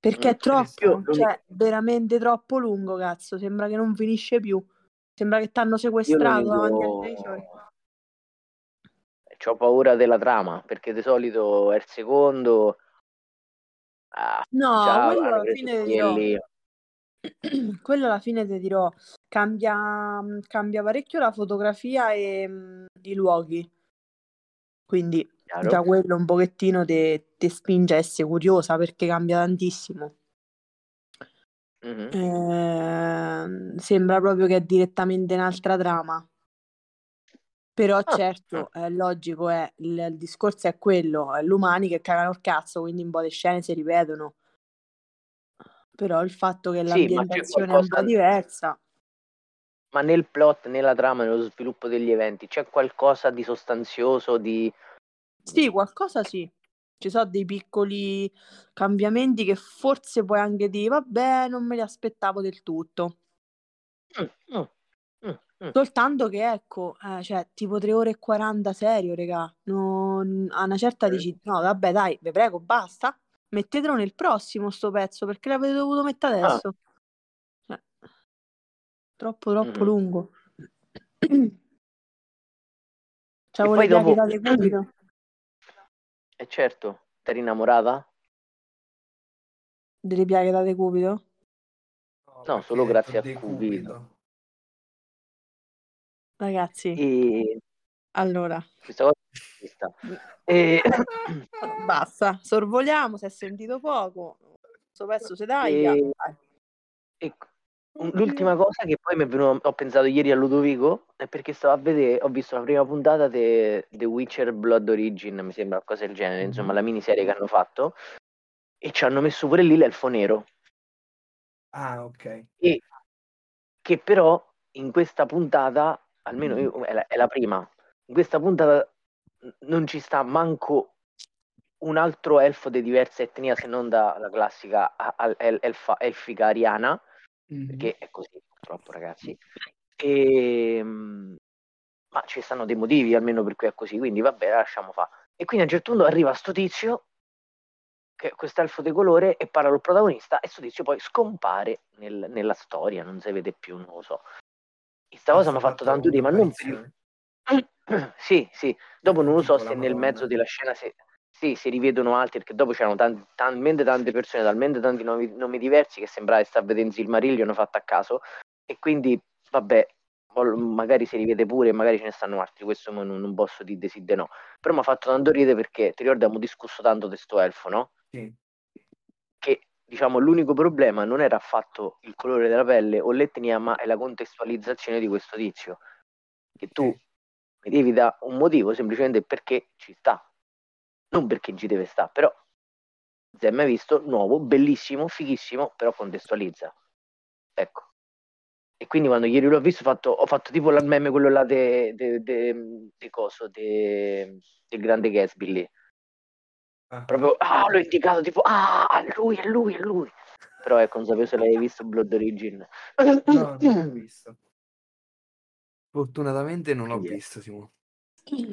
A: perché
B: Mm,
A: è troppo,
B: io l'uni-
A: cioè veramente troppo lungo, cazzo, sembra che non finisce più. Sembra che t'hanno
B: Io
A: sequestrato davanti al televisore.
B: l'unico... C'ho paura della trama, perché di solito è il secondo... Ah,
A: No,
B: già
A: quello
B: hanno
A: alla
B: preso
A: fine
B: quelli e
A: dirò.
B: lì.
A: *clears throat* Quello alla fine ti dirò, cambia, mm, cambia parecchio la fotografia e mh, i luoghi. Quindi
B: Chiaro?
A: già quello un pochettino ti spinge a essere curiosa perché cambia tantissimo.
B: Mhm.
A: Eh. Ehm, sembra proprio che è direttamente un'altra trama. Però
B: Ah,
A: certo, è logico, è, il, il discorso è quello, è l'umani che cagano il cazzo, quindi un po' le scene si ripetono. Però il fatto che
B: ma c'è
A: l'ambientazione è un po'
B: qualcosa-
A: diversa.
B: ma nel plot, nella trama, nello sviluppo degli eventi, c'è qualcosa di sostanzioso, di... Mm.
A: Sì, qualcosa sì. Ci sono dei piccoli cambiamenti che forse puoi anche dire, vabbè, non me li aspettavo del tutto.
B: Mm, mm, mm, mm.
A: Soltanto che ecco, eh, cioè, tipo 3 ore e 40 serio, regà. Non- A una certa
B: Mm.
A: dici, no, vabbè, dai, vi prego, basta. Mettetelo nel prossimo sto pezzo, perché l'avete dovuto mettere
B: Ah.
A: adesso? Cioè, troppo, troppo
B: Mhm.
A: lungo. *clears throat* Cioè,
B: E poi
A: volete Cioè,
B: dopo-
A: agitate subito?
B: E certo, T'eri innamorata?
A: Delle piaghe date Cupido?
B: No, solo grazie a Cupido.
A: Ragazzi,
B: E
A: allora,
B: questa cosa ci sta. E...
A: Mm. basta, sorvoliamo, si è sentito poco. Questo pezzo si taglia.
B: E- e un-
A: *clears throat*
B: l'ultima cosa che poi mi è venuto, ho pensato ieri a Ludovico è perché stavo a vedere, ho visto la prima puntata di The Witcher Blood Origin, mi sembra, cosa del genere, insomma, la miniserie che hanno fatto, e ci hanno messo pure lì l'elfo nero.
D: Ah, ok.
A: *coughs*
B: che però in questa puntata, almeno io, è, la, è la prima, in questa puntata non ci sta manco un altro elfo di diversa etnia se non dalla classica a- al- el- elfa- elfica ariana,
C: Mm-hmm.
B: perché è così purtroppo ragazzi. E, mm, ma ci stanno dei motivi almeno per cui è così, quindi vabbè, la lasciamo fa. E quindi a un certo punto arriva sto tizio, che è quest'elfo di colore, e parla col protagonista, e sto tizio poi scompare nel- nella storia, non si vede più, non lo so. E
C: Eh,
B: sta cosa mi ha fatto tanto ridere, ma non per il- *coughs* sì, sì. Dopo non lo so se
D: Tipo la
B: nel
D: Madonna.
B: mezzo della scena se, sì, si rivedono altri, perché dopo c'erano tan- talmente tante persone, talmente tanti nomi, nomi diversi che sembrava di star vedendo Silmarillion hanno fatto a caso. E quindi, vabbè, vol- magari si rivede pure, magari ce ne stanno altri, questo mo non, non posso dire di sì di no. Però mi ha fatto tanto ridere perché, ti ricordi, abbiamo discusso tanto di sto elfo, no?
D: Sì.
B: Che, diciamo, l'unico problema non era affatto il colore della pelle o l'etnia, ma è la contestualizzazione di questo tizio. Che tu mi devi dare un motivo semplicemente perché ci sta, non perché ci deve stare, però se hai mai visto, nuovo, bellissimo, fighissimo, però contestualizza. Ecco. E quindi quando ieri l'ho visto ho fatto, ho fatto tipo il meme quello là de, de, de- di coso, de- del grande Gatsby lì.
D: Ah.
B: Proprio, ah, l'ho indicato tipo, ah, a lui, a lui, a lui. Però ecco, non sapevo se l'hai visto Blood Origin.
D: No,
B: *laughs*
D: non
B: *clears throat*
D: l'ho visto.
C: Fortunatamente non l'ho
B: Quindi è-
C: visto, Simo.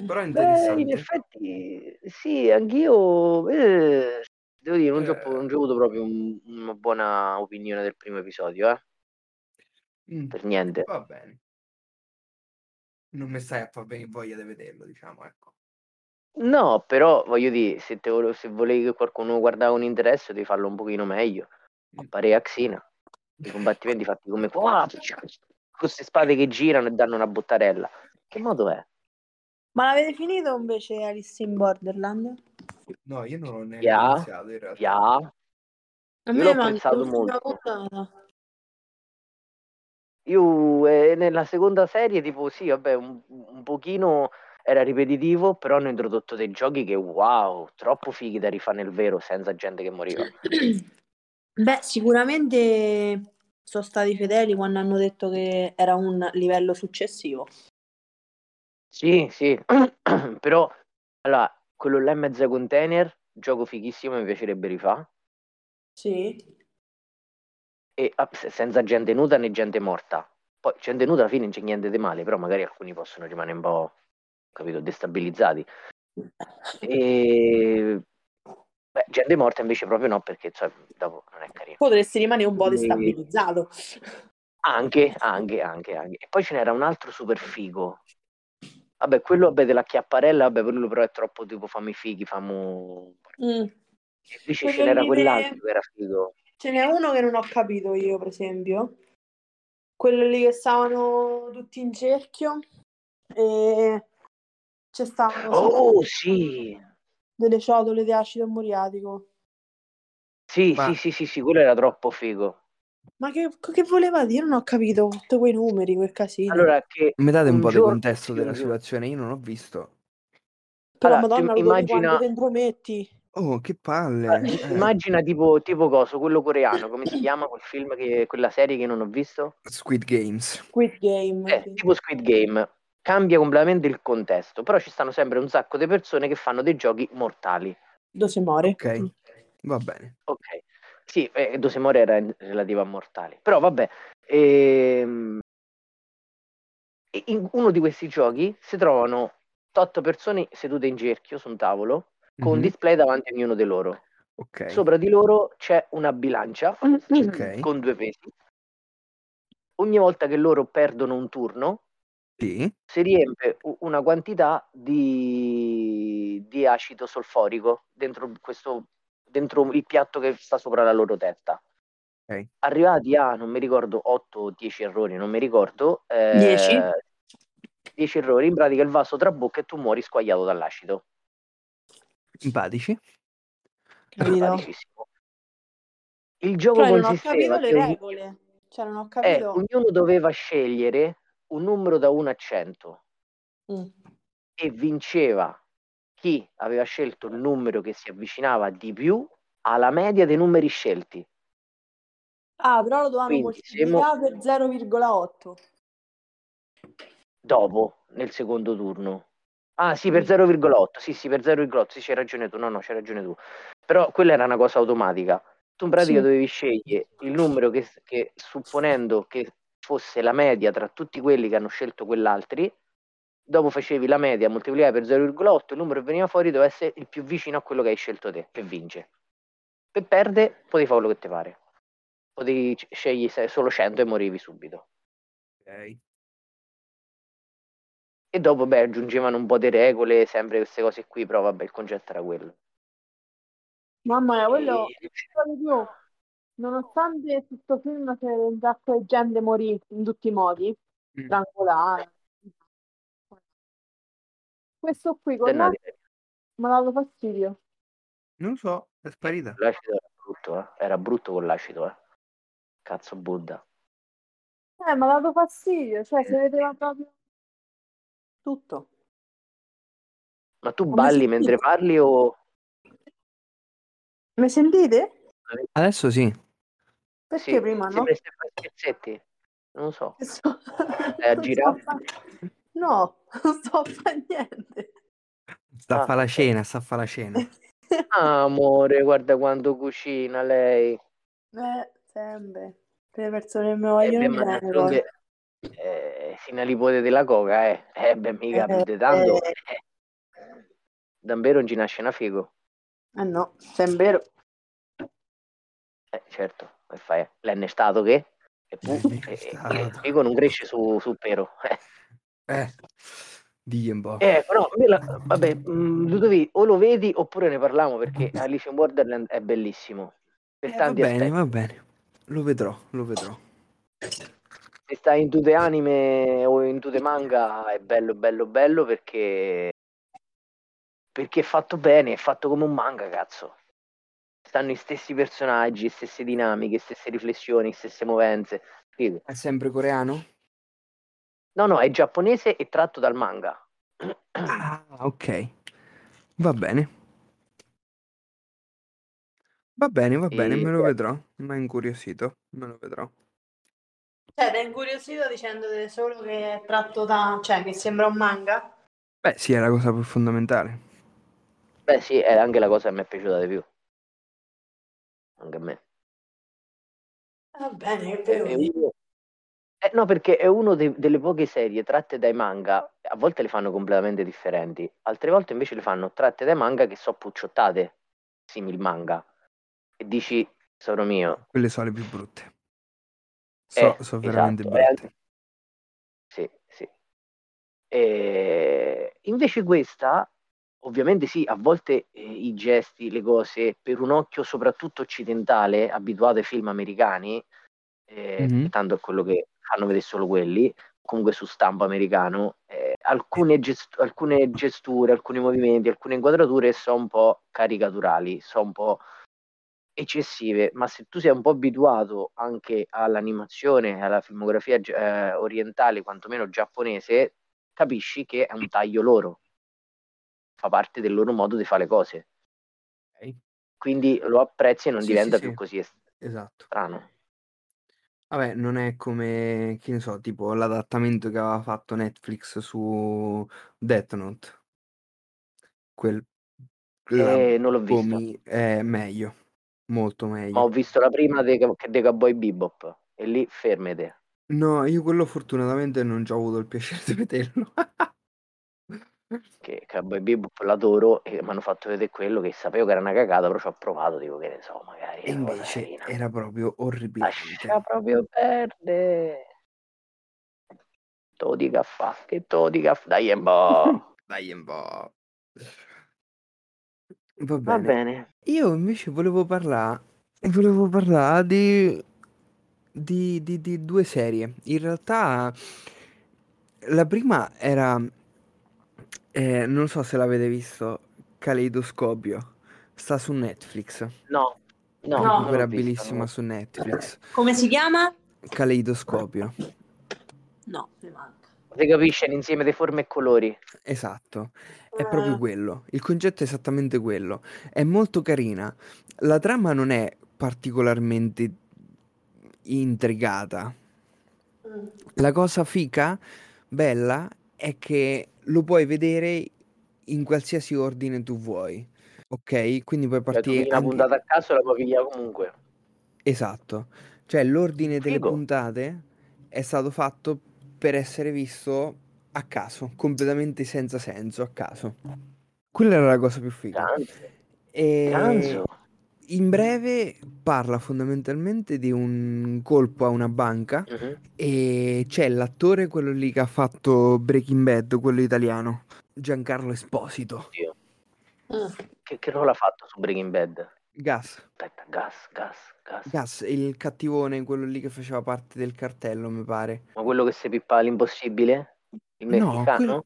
C: Però
B: Beh,
C: è interessante.
B: in effetti sì, anch'io eh, devo dire, non ci ho
D: Eh.
B: non ci ho avuto proprio un- una buona opinione del primo episodio, eh,
D: Mm,
B: per niente.
D: Va bene. Non mi stai a far venire voglia di vederlo, diciamo, ecco.
B: No, però voglio dire, se, te vole- se volevi che qualcuno lo guardava con interesse, devi farlo un pochino meglio. Appare Axina, i combattimenti fatti come qua, con queste spade che girano e danno una bottarella. Che modo è?
A: Ma l'avete finito invece Alice in Borderland?
D: No, io non l'ho neanche
B: Ya.
D: iniziato in realtà.
B: Ya,
A: A
B: Io
A: me
B: l'ho
A: manca
B: apprezzato
A: l'ultima
B: molto.
A: puntata. *clears throat*
B: Io eh, nella seconda serie, tipo, sì, vabbè, un, un pochino era ripetitivo, però hanno introdotto dei giochi che, wow, troppo fighi da rifare nel vero, senza gente che moriva.
A: Beh, sicuramente sono stati fedeli quando hanno detto che era un livello successivo.
B: Sì, sì, *clears throat* però, allora, quello là in mezzo ai container, gioco fighissimo, mi piacerebbe rifare,
A: Sì.
B: e ah, se- senza gente nuda né gente morta. Poi, gente nuda alla fine non c'è niente di male, però magari alcuni possono rimanere un po', capito, destabilizzati. E... Beh, gente morta invece proprio no, perché cioè, dopo non è carino.
A: Potresti rimanere un po'
B: Quindi-
A: destabilizzato.
B: Anche, anche, anche, anche. E poi ce n'era un altro super figo. Vabbè, quello vabbè, della chiapparella, vabbè, quello però è troppo tipo fammi fighi, fammo...
A: Mm.
B: E invece
A: Quello
B: ce n'era
A: lì
B: quell'altro
A: de-
B: che era figo.
A: Ce n'è uno che non ho capito io, per esempio. Quello lì che stavano tutti in cerchio e ci stavano
B: Oh, sì!
A: delle ciotole di acido muriatico.
B: Sì,
C: Ma-
B: sì, sì, sì, sì, quello era troppo figo.
A: Ma che, che voleva dire? Io non ho capito tutti quei numeri, quel casino.
B: Allora, che...
C: Mi date un,
B: Un
C: po' di
B: giorno-
C: contesto
B: sì,
C: della
B: un giorno.
C: situazione, io non ho visto.
A: Però
B: allora,
A: Madonna,
B: ti-
A: lo vedi
B: immagina-
A: quando ti intrometti.
C: Oh, che palle! eh.
B: Immagina tipo, tipo coso, quello coreano, come si chiama quel film, che, quella serie che non ho visto?
C: Squid Games.
A: Squid Game.
B: Eh, tipo Squid Game. Cambia completamente il contesto, però ci stanno sempre un sacco di persone che fanno dei giochi mortali.
A: Dove si muore.
C: Ok,
B: Mm.
C: va bene.
B: Ok, sì, eh, Dosemore era in- relativa a mortali, però vabbè. ehm, e in uno di questi giochi si trovano 8 persone sedute in cerchio su un tavolo con un
C: Mhm,
B: display davanti a ognuno di loro.
C: Ok.
B: Sopra di loro c'è una bilancia
C: Ok.
B: con due pesi. Ogni volta che loro perdono un turno,
C: Sì.
B: si riempie u- una quantità di di, di acido solforico dentro, questo, dentro il piatto che sta sopra la loro testa.
C: Ok.
B: Arrivati a, non mi ricordo, 8 o 10 errori, non mi ricordo. eh,
A: 10?
B: 10 errori, in pratica il vaso trabocca e tu muori squagliato dall'acido.
C: Simpatici.
A: capito?
B: Simpaticissimo. Il gioco
A: Però non ho
B: consisteva
A: capito le
B: che ogni-
A: regole. Cioè, non ho
B: eh,
A: capito.
B: ognuno doveva scegliere un numero da 1 a 100
A: Mm.
B: e vinceva chi aveva scelto il numero che si avvicinava di più alla media dei numeri scelti.
A: Ah, però lo dovevamo
B: Quindi, diciamo se
A: moltiplicare per 0,8.
B: Dopo, nel secondo turno. Ah sì, per 0,8, sì sì, per 0,8, sì c'hai ragione tu, no no, c'hai ragione tu. Però quella era una cosa automatica. Tu in pratica
A: Sì.
B: dovevi scegliere il numero che, che, supponendo che fosse la media tra tutti quelli che hanno scelto quell'altri, dopo facevi la media, moltiplicare per 0,8, il numero che veniva fuori doveva essere il più vicino a quello che hai scelto te, che vince. Se perde, potevi fare quello che ti pare. Potevi scegli se- solo 100 e morivi subito.
C: Ok.
B: E dopo, beh, aggiungevano un po' di regole, sempre queste cose qui, però vabbè, il concetto era quello.
A: Mamma mia, quello
B: E-
A: non di più. Nonostante questo film se un sacco di gente morì in tutti i modi,
C: Mm.
A: strangolata. Questo qui con
B: Dannati,
A: l'altro mi ha dato fastidio.
C: Non so, è sparita.
B: L'acido era brutto, eh. Era brutto con l'acido, eh. Cazzo Buddha.
A: Eh, mi ha dato fastidio, cioè si vedeva proprio tutto.
B: Ma tu
A: Come
B: balli
A: si-
B: mentre parli o...
A: Mi sentite?
C: Adesso sì.
A: Perché
B: Sì,
A: prima no?
B: sembra che stai facendo scherzetti. Non lo so.
A: *laughs* Sto-
B: Vai a
A: non
B: girare?
A: sto fa- No, non sto a fare niente. *laughs*
C: Sta a
B: Ah,
C: fa la
B: ok.
C: cena, sta a fa la cena.
B: Ah, amore, guarda quanto cucina lei.
A: Eh, sempre. Per le persone che mi
B: Eh,
A: vogliono
B: beh, ma
A: bene.
B: d'altronde...
A: poi.
B: Eh, sino al nipote della coca, eh. Eh, beh, mica, più di tanto. Eh. Davvero non ci nasce una figo.
A: Eh no, sempre vero.
B: Eh, certo, che fai? L'N stato che? E pu,
C: *laughs* L'N
B: e- e-
C: stato.
B: e il figo non cresce su, su pero. *laughs* Eh,
C: Eh, digli un po'.
B: Eh, però, me la- vabbè, mh, Ludovic, o lo vedi oppure ne parliamo perché Alice in Borderland è bellissimo. Per
C: Eh, va
B: tanti
C: bene,
B: aspetti.
C: va bene. Lo vedrò, lo vedrò.
B: Se stai in tutte anime o in tutte manga è bello, bello, bello perché... Perché è fatto bene, è fatto come un manga, cazzo. Stanno gli stessi personaggi, stesse dinamiche, stesse riflessioni, stesse movenze. Figo.
C: È sempre coreano?
B: No, no, è giapponese e tratto dal manga. *clears throat*
C: Ah, ok. Va bene. Va bene, va bene,
B: E-
C: me lo vedrò. Mi ha incuriosito, me lo vedrò.
A: Cioè, ti è incuriosito dicendo solo che è tratto da... cioè, che sembra un manga?
C: Beh, sì, è la cosa più fondamentale.
B: Beh, sì, è anche la cosa che mi è piaciuta di più. Anche a me.
A: Va Ah, bene, che devo
B: È
A: dire.
B: uno- Eh, no, perché è una delle poche serie tratte dai manga. A volte le fanno completamente differenti, altre volte invece le fanno tratte dai manga che so pucciottate, simil manga. E dici, sono mio.
C: Quelle sono le più brutte. So,
B: Eh,
C: so veramente
B: esatto, è
C: brutte.
B: Sì, sì. E invece questa, ovviamente sì, a volte eh, i gesti, le cose, per un occhio soprattutto occidentale, abituato ai film americani, eh,
C: Mhm.
B: tanto è quello che fanno vedere solo quelli, comunque su stampo americano, eh, alcune, gest- alcune gesture, alcuni movimenti, alcune inquadrature sono un po' caricaturali, sono un po' eccessive, ma se tu sei un po' abituato anche all'animazione, alla filmografia gi- eh, orientale, quantomeno giapponese, capisci che è un taglio loro, fa parte del loro modo di fare le cose.
C: Ok.
B: Quindi lo apprezzi e non
C: Sì,
B: diventa
C: sì,
B: più
C: sì.
B: così est-
C: Esatto.
B: strano.
C: Vabbè, non è come, che ne so, tipo l'adattamento che aveva fatto Netflix su Death Note. Quel, quella
B: Eh, non Eh, l'ho vista,
C: bomi è eh, meglio, molto
B: ma ho
C: meglio.
B: visto la prima dei, che dei Cowboy Bebop e lì fermete.
C: No, io quello fortunatamente non ci ho avuto il piacere di vederlo. *laughs*
B: Che Cowboy Bebop l'adoro e mi hanno fatto vedere quello che sapevo che era una cagata, però ci ho provato, dico che ne so, magari
C: E
B: è una cosa
C: invece
B: carina.
C: era proprio orribilante.
B: Lascia proprio perdere. Todi che fa, che todi che fa, dai un po'.
C: Dai un po'. Va bene.
B: Va bene.
C: Io invece volevo parlare, volevo parlare di, di, di- di due serie. In realtà la prima era, eh, non so se l'avete visto, Caleidoscopio. Sta su Netflix,
B: No, no,
C: è
B: non l'ho
C: recuperabilissima
B: vista,
C: su Netflix.
A: Come si chiama?
C: Caleidoscopio,
A: No, mi manca.
B: no. Si capisce l'insieme di forme e colori. Cioè,
C: esatto. È
A: Eh,
B: Eh.
C: proprio quello. Il concetto è esattamente quello. È molto carina. La trama non è particolarmente intrigata.
A: mm,
C: La cosa fica, bella, è che lo puoi vedere in qualsiasi ordine tu vuoi. Ok? Quindi puoi
B: Cioè, tu
C: partire
B: pigli una
C: anche-
B: puntata a caso e la puoi pigliare comunque.
C: Esatto. Cioè l'ordine delle
B: Figo.
C: puntate è stato fatto per essere visto a caso, completamente senza senso, a caso. Quella era la cosa più figa.
B: Ganzo.
C: E
B: Ganzo.
C: in breve parla fondamentalmente di un colpo a una banca
B: Mhm.
C: e c'è l'attore, quello lì che ha fatto Breaking Bad, quello italiano, Giancarlo Esposito.
A: mm,
B: Che, che ruolo ha fatto su Breaking Bad?
C: Gas,
B: Aspetta, gas, gas, gas.
C: Gas, il cattivone, quello lì che faceva parte del cartello, mi pare.
B: Ma quello che si pippa l'impossibile? Il
C: No,
B: messicano?
C: quello-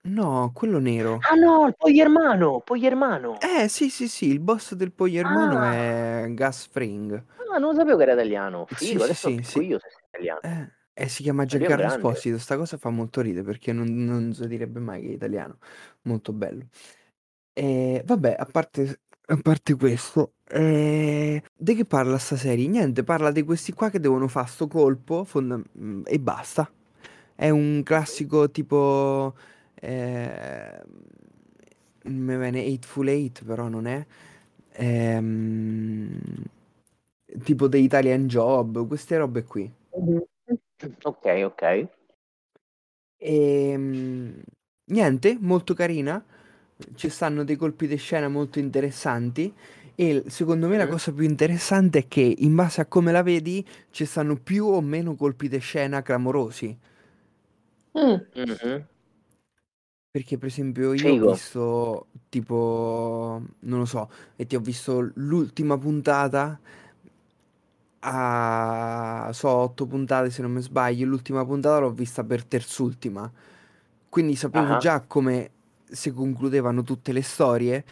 C: No, quello nero.
B: Ah no, il Pogliermano, Pogliermano.
C: Eh, sì, sì, sì, il boss del Pogliermano
B: Ah.
C: è Gas Fring.
B: Ah, non lo sapevo che era italiano.
C: Sì,
B: Figo,
C: sì,
B: adesso
C: sì,
B: lo
C: sì.
B: dico io se sei italiano.
C: Eh, eh, si chiama
B: Italiano
C: Giancarlo
B: grande.
C: Esposito, sta cosa fa molto ridere perché non, non si direbbe mai che è italiano, molto bello. E vabbè, a parte, a parte questo, eh, di che parla sta serie? Niente, parla di questi qua che devono fare sto colpo fonda- mm, e basta. È un classico tipo... Eh, mi viene Eightful Eight, però non è. Ehm, tipo The Italian Job, queste robe qui.
B: Ok, ok.
C: E Ehm, niente, molto carina. Ci stanno dei colpi di scena molto interessanti. E l- secondo me la
B: Mhm.
C: cosa più interessante è che in base a come la vedi ci stanno più o meno colpi di scena clamorosi.
A: mm.
B: Mhm.
C: Perché per esempio io
B: Figo.
C: ho visto tipo, non lo so, e ti ho visto l'ultima puntata a, so, otto puntate se non mi sbaglio, l'ultima puntata l'ho vista per terz'ultima. Quindi sapevo
B: Ah.
C: già come si concludevano tutte le storie,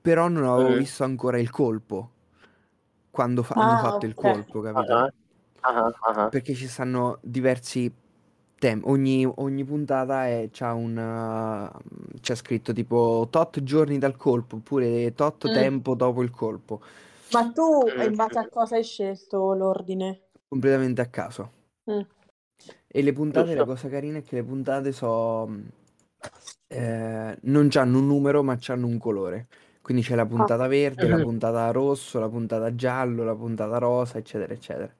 C: però non avevo
B: Mm.
C: visto ancora il colpo, quando fa- hanno
A: Eh. Ah,
C: fatto il
A: ok.
C: colpo, capito?
B: Ah, ah, ah, ah.
C: perché ci stanno diversi temi. Ogni, ogni puntata è, c'ha un, uh, c'è scritto tipo tot giorni dal colpo oppure tot
A: Mm.
C: tempo dopo il colpo,
A: Ma tu
B: Mm.
A: in base a cosa hai scelto l'ordine?
C: completamente a caso.
A: Mm.
C: E le puntate, la
B: Giusto.
C: cosa carina è che le puntate so, mh, eh, non hanno un numero ma hanno un colore. Quindi
A: Ah.
C: c'è la puntata verde, la
B: Mhm.
C: puntata rosso, la puntata giallo, la puntata rosa, eccetera, eccetera.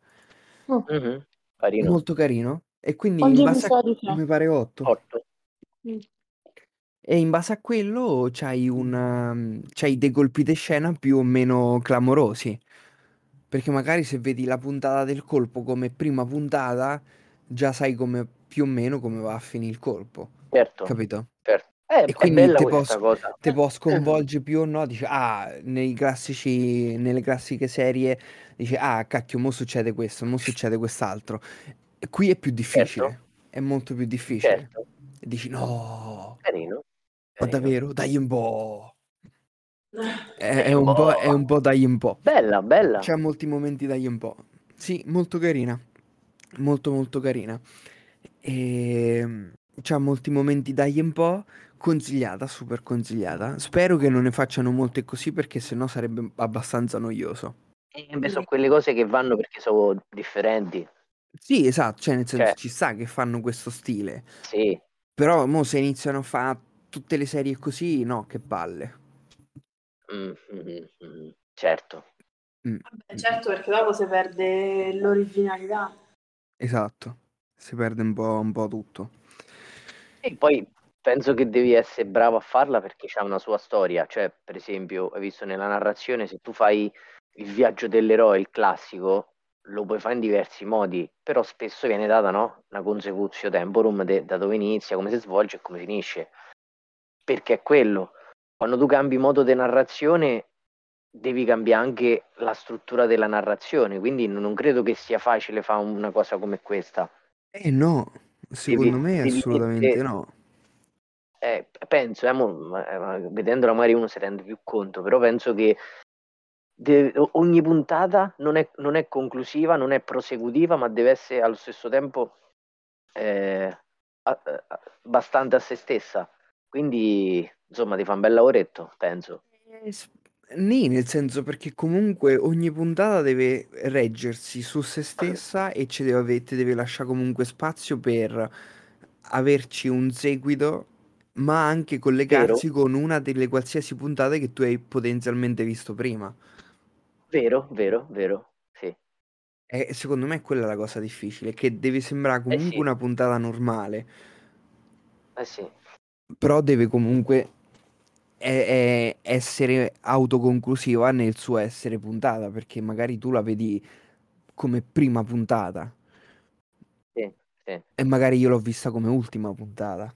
B: Mhm. Carino.
C: Molto carino. E quindi
A: Quanti
C: in base a...
A: episodi c'è?
C: mi pare 8.
B: Otto.
A: Mm.
C: E in base a quello c'hai un, um, c'hai dei colpi di scena più o meno clamorosi. Perché magari se vedi la puntata del colpo come prima puntata, già sai come più o meno come va a finire il colpo.
B: Certo,
C: Capito?
B: certo. Eh,
C: E
B: è
C: quindi
B: bella
C: te
B: questa
C: posso-
B: cosa.
C: Te può sconvolgere più o no? Dici, ah, nei classici, nelle classiche serie dici, ah, cacchio, mo succede questo, mo succede quest'altro. E qui è più difficile, è molto più difficile.
B: Certo,
C: E dici, no,
B: carino.
C: ma
B: carino.
C: davvero, dai un po'. È,
B: Dai
C: è
B: un
C: un po',
B: po'.
C: è un po' dai un po'.
B: Bella, bella.
C: C'è molti momenti dai un po'. Sì, molto carina. Molto molto carina. E c'ha molti momenti dai un po'. Consigliata, super consigliata. Spero che non ne facciano molte così perché sennò sarebbe abbastanza noioso.
B: E invece sono Eh, quelle cose che vanno perché sono differenti.
C: Sì, esatto, cioè nel senso
B: Cioè.
C: ci sta che fanno questo stile.
B: Sì,
C: Però mo se iniziano a fare tutte le serie così, no, che palle.
B: Mm, mm, mm, certo.
C: Mm, mm,
A: Certo, perché dopo si perde l'originalità.
C: Esatto. Si perde un po', un po' tutto.
B: E poi penso che devi essere bravo a farla perché c'è una sua storia. Cioè, per esempio, hai visto nella narrazione, se tu fai il viaggio dell'eroe, il classico, lo puoi fare in diversi modi, però spesso viene data, no? Una consecutio temporum de- da dove inizia, come si svolge e come finisce. Perché è quello. quando tu cambi modo di narrazione devi cambiare anche la struttura della narrazione, quindi non non credo che sia facile fare una cosa come questa.
C: Eh no, secondo me
B: devi-
C: assolutamente no.
B: Eh, penso, eh, mo, ma- eh, ma vedendola magari uno si rende più conto, però penso che de- o- ogni puntata non è, non è conclusiva, non è prosecutiva, ma deve essere allo stesso tempo eh, a- a- bastante a se stessa. Quindi, insomma, ti fa un bel lavoretto, penso.
C: Eh, s- Nì, nel senso perché comunque ogni puntata deve reggersi su se stessa e ci deve, ave- ti deve lasciare comunque spazio per averci un seguito, ma anche collegarsi con una delle qualsiasi puntate che tu hai potenzialmente visto prima.
B: Vero, vero, vero. Sì.
C: E Eh, secondo me quella è la cosa difficile, che deve sembrare
B: Eh, sì.
C: comunque una puntata normale,
B: Eh sì.
C: però deve comunque e- e- essere autoconclusiva nel suo essere puntata, perché magari tu la vedi come prima puntata
B: Sì, sì.
C: e magari io l'ho vista come ultima puntata.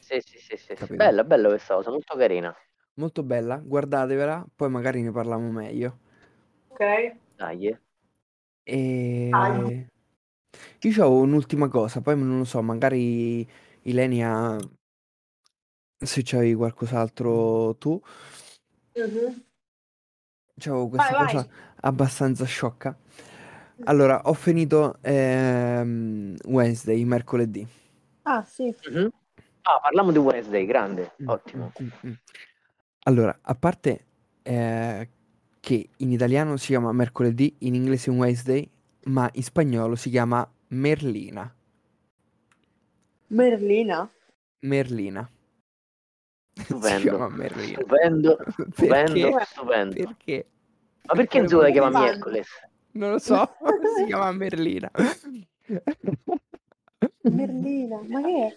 B: Sì, sì, sì, sì, sì.
C: Capito.
B: Bella, bella questa cosa, molto carina.
C: Molto bella, guardatevela, poi magari ne parliamo meglio.
A: Ok.
B: Dai, eh.
C: E...
A: Dai.
C: Io c'avevo un'ultima cosa, poi non lo so, magari Ilenia, se c'avevi qualcos'altro tu,
A: Mm-hmm.
C: c'avevo questa
A: vai.
C: cosa abbastanza sciocca. Allora, ho finito ehm, Wednesday, mercoledì.
A: Ah, sì.
B: Mhm. Ah, parliamo di Wednesday, grande,
C: Mm,
B: ottimo.
C: mm, mm, mm. Allora, a parte eh, che in italiano si chiama mercoledì, in inglese Wednesday, ma in spagnolo si chiama Merlina.
A: Merlina.
C: Merlina. Si
B: Stupendo.
C: chiama Merlina. *laughs*
B: Stupendo, stupendo,
C: Perché?
B: stupendo.
C: Perché?
B: Ma perché
C: Quale
B: Zola la chiama
A: motivo?
B: Miercoles?
C: Non lo so, *laughs* si
B: *laughs*
C: chiama Merlina.
A: Merlina, ma che è?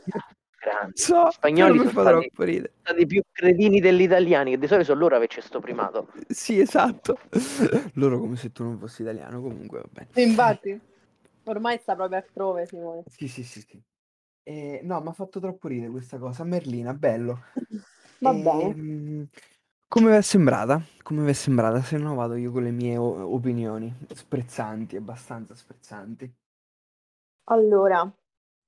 B: Grande.
C: So,
B: Gli spagnoli
C: però mi
B: sono
C: fa
B: stati,
C: troppo ridere.
B: stati i più cretini degli italiani, che di solito sono loro che c'è sto primato.
C: Sì, esatto. *laughs* Loro come se tu non fossi italiano, comunque va bene.
A: Infatti, ormai sta proprio altrove, Simone.
C: Sì, sì, sì, sì. Eh, no, mi ha fatto troppo ridere questa cosa. Merlina, bello.
A: Va
C: Ehm,
A: bene.
C: Come vi è sembrata? Come vi è sembrata? Se no vado io con le mie o- opinioni sprezzanti, abbastanza sprezzanti.
A: Allora,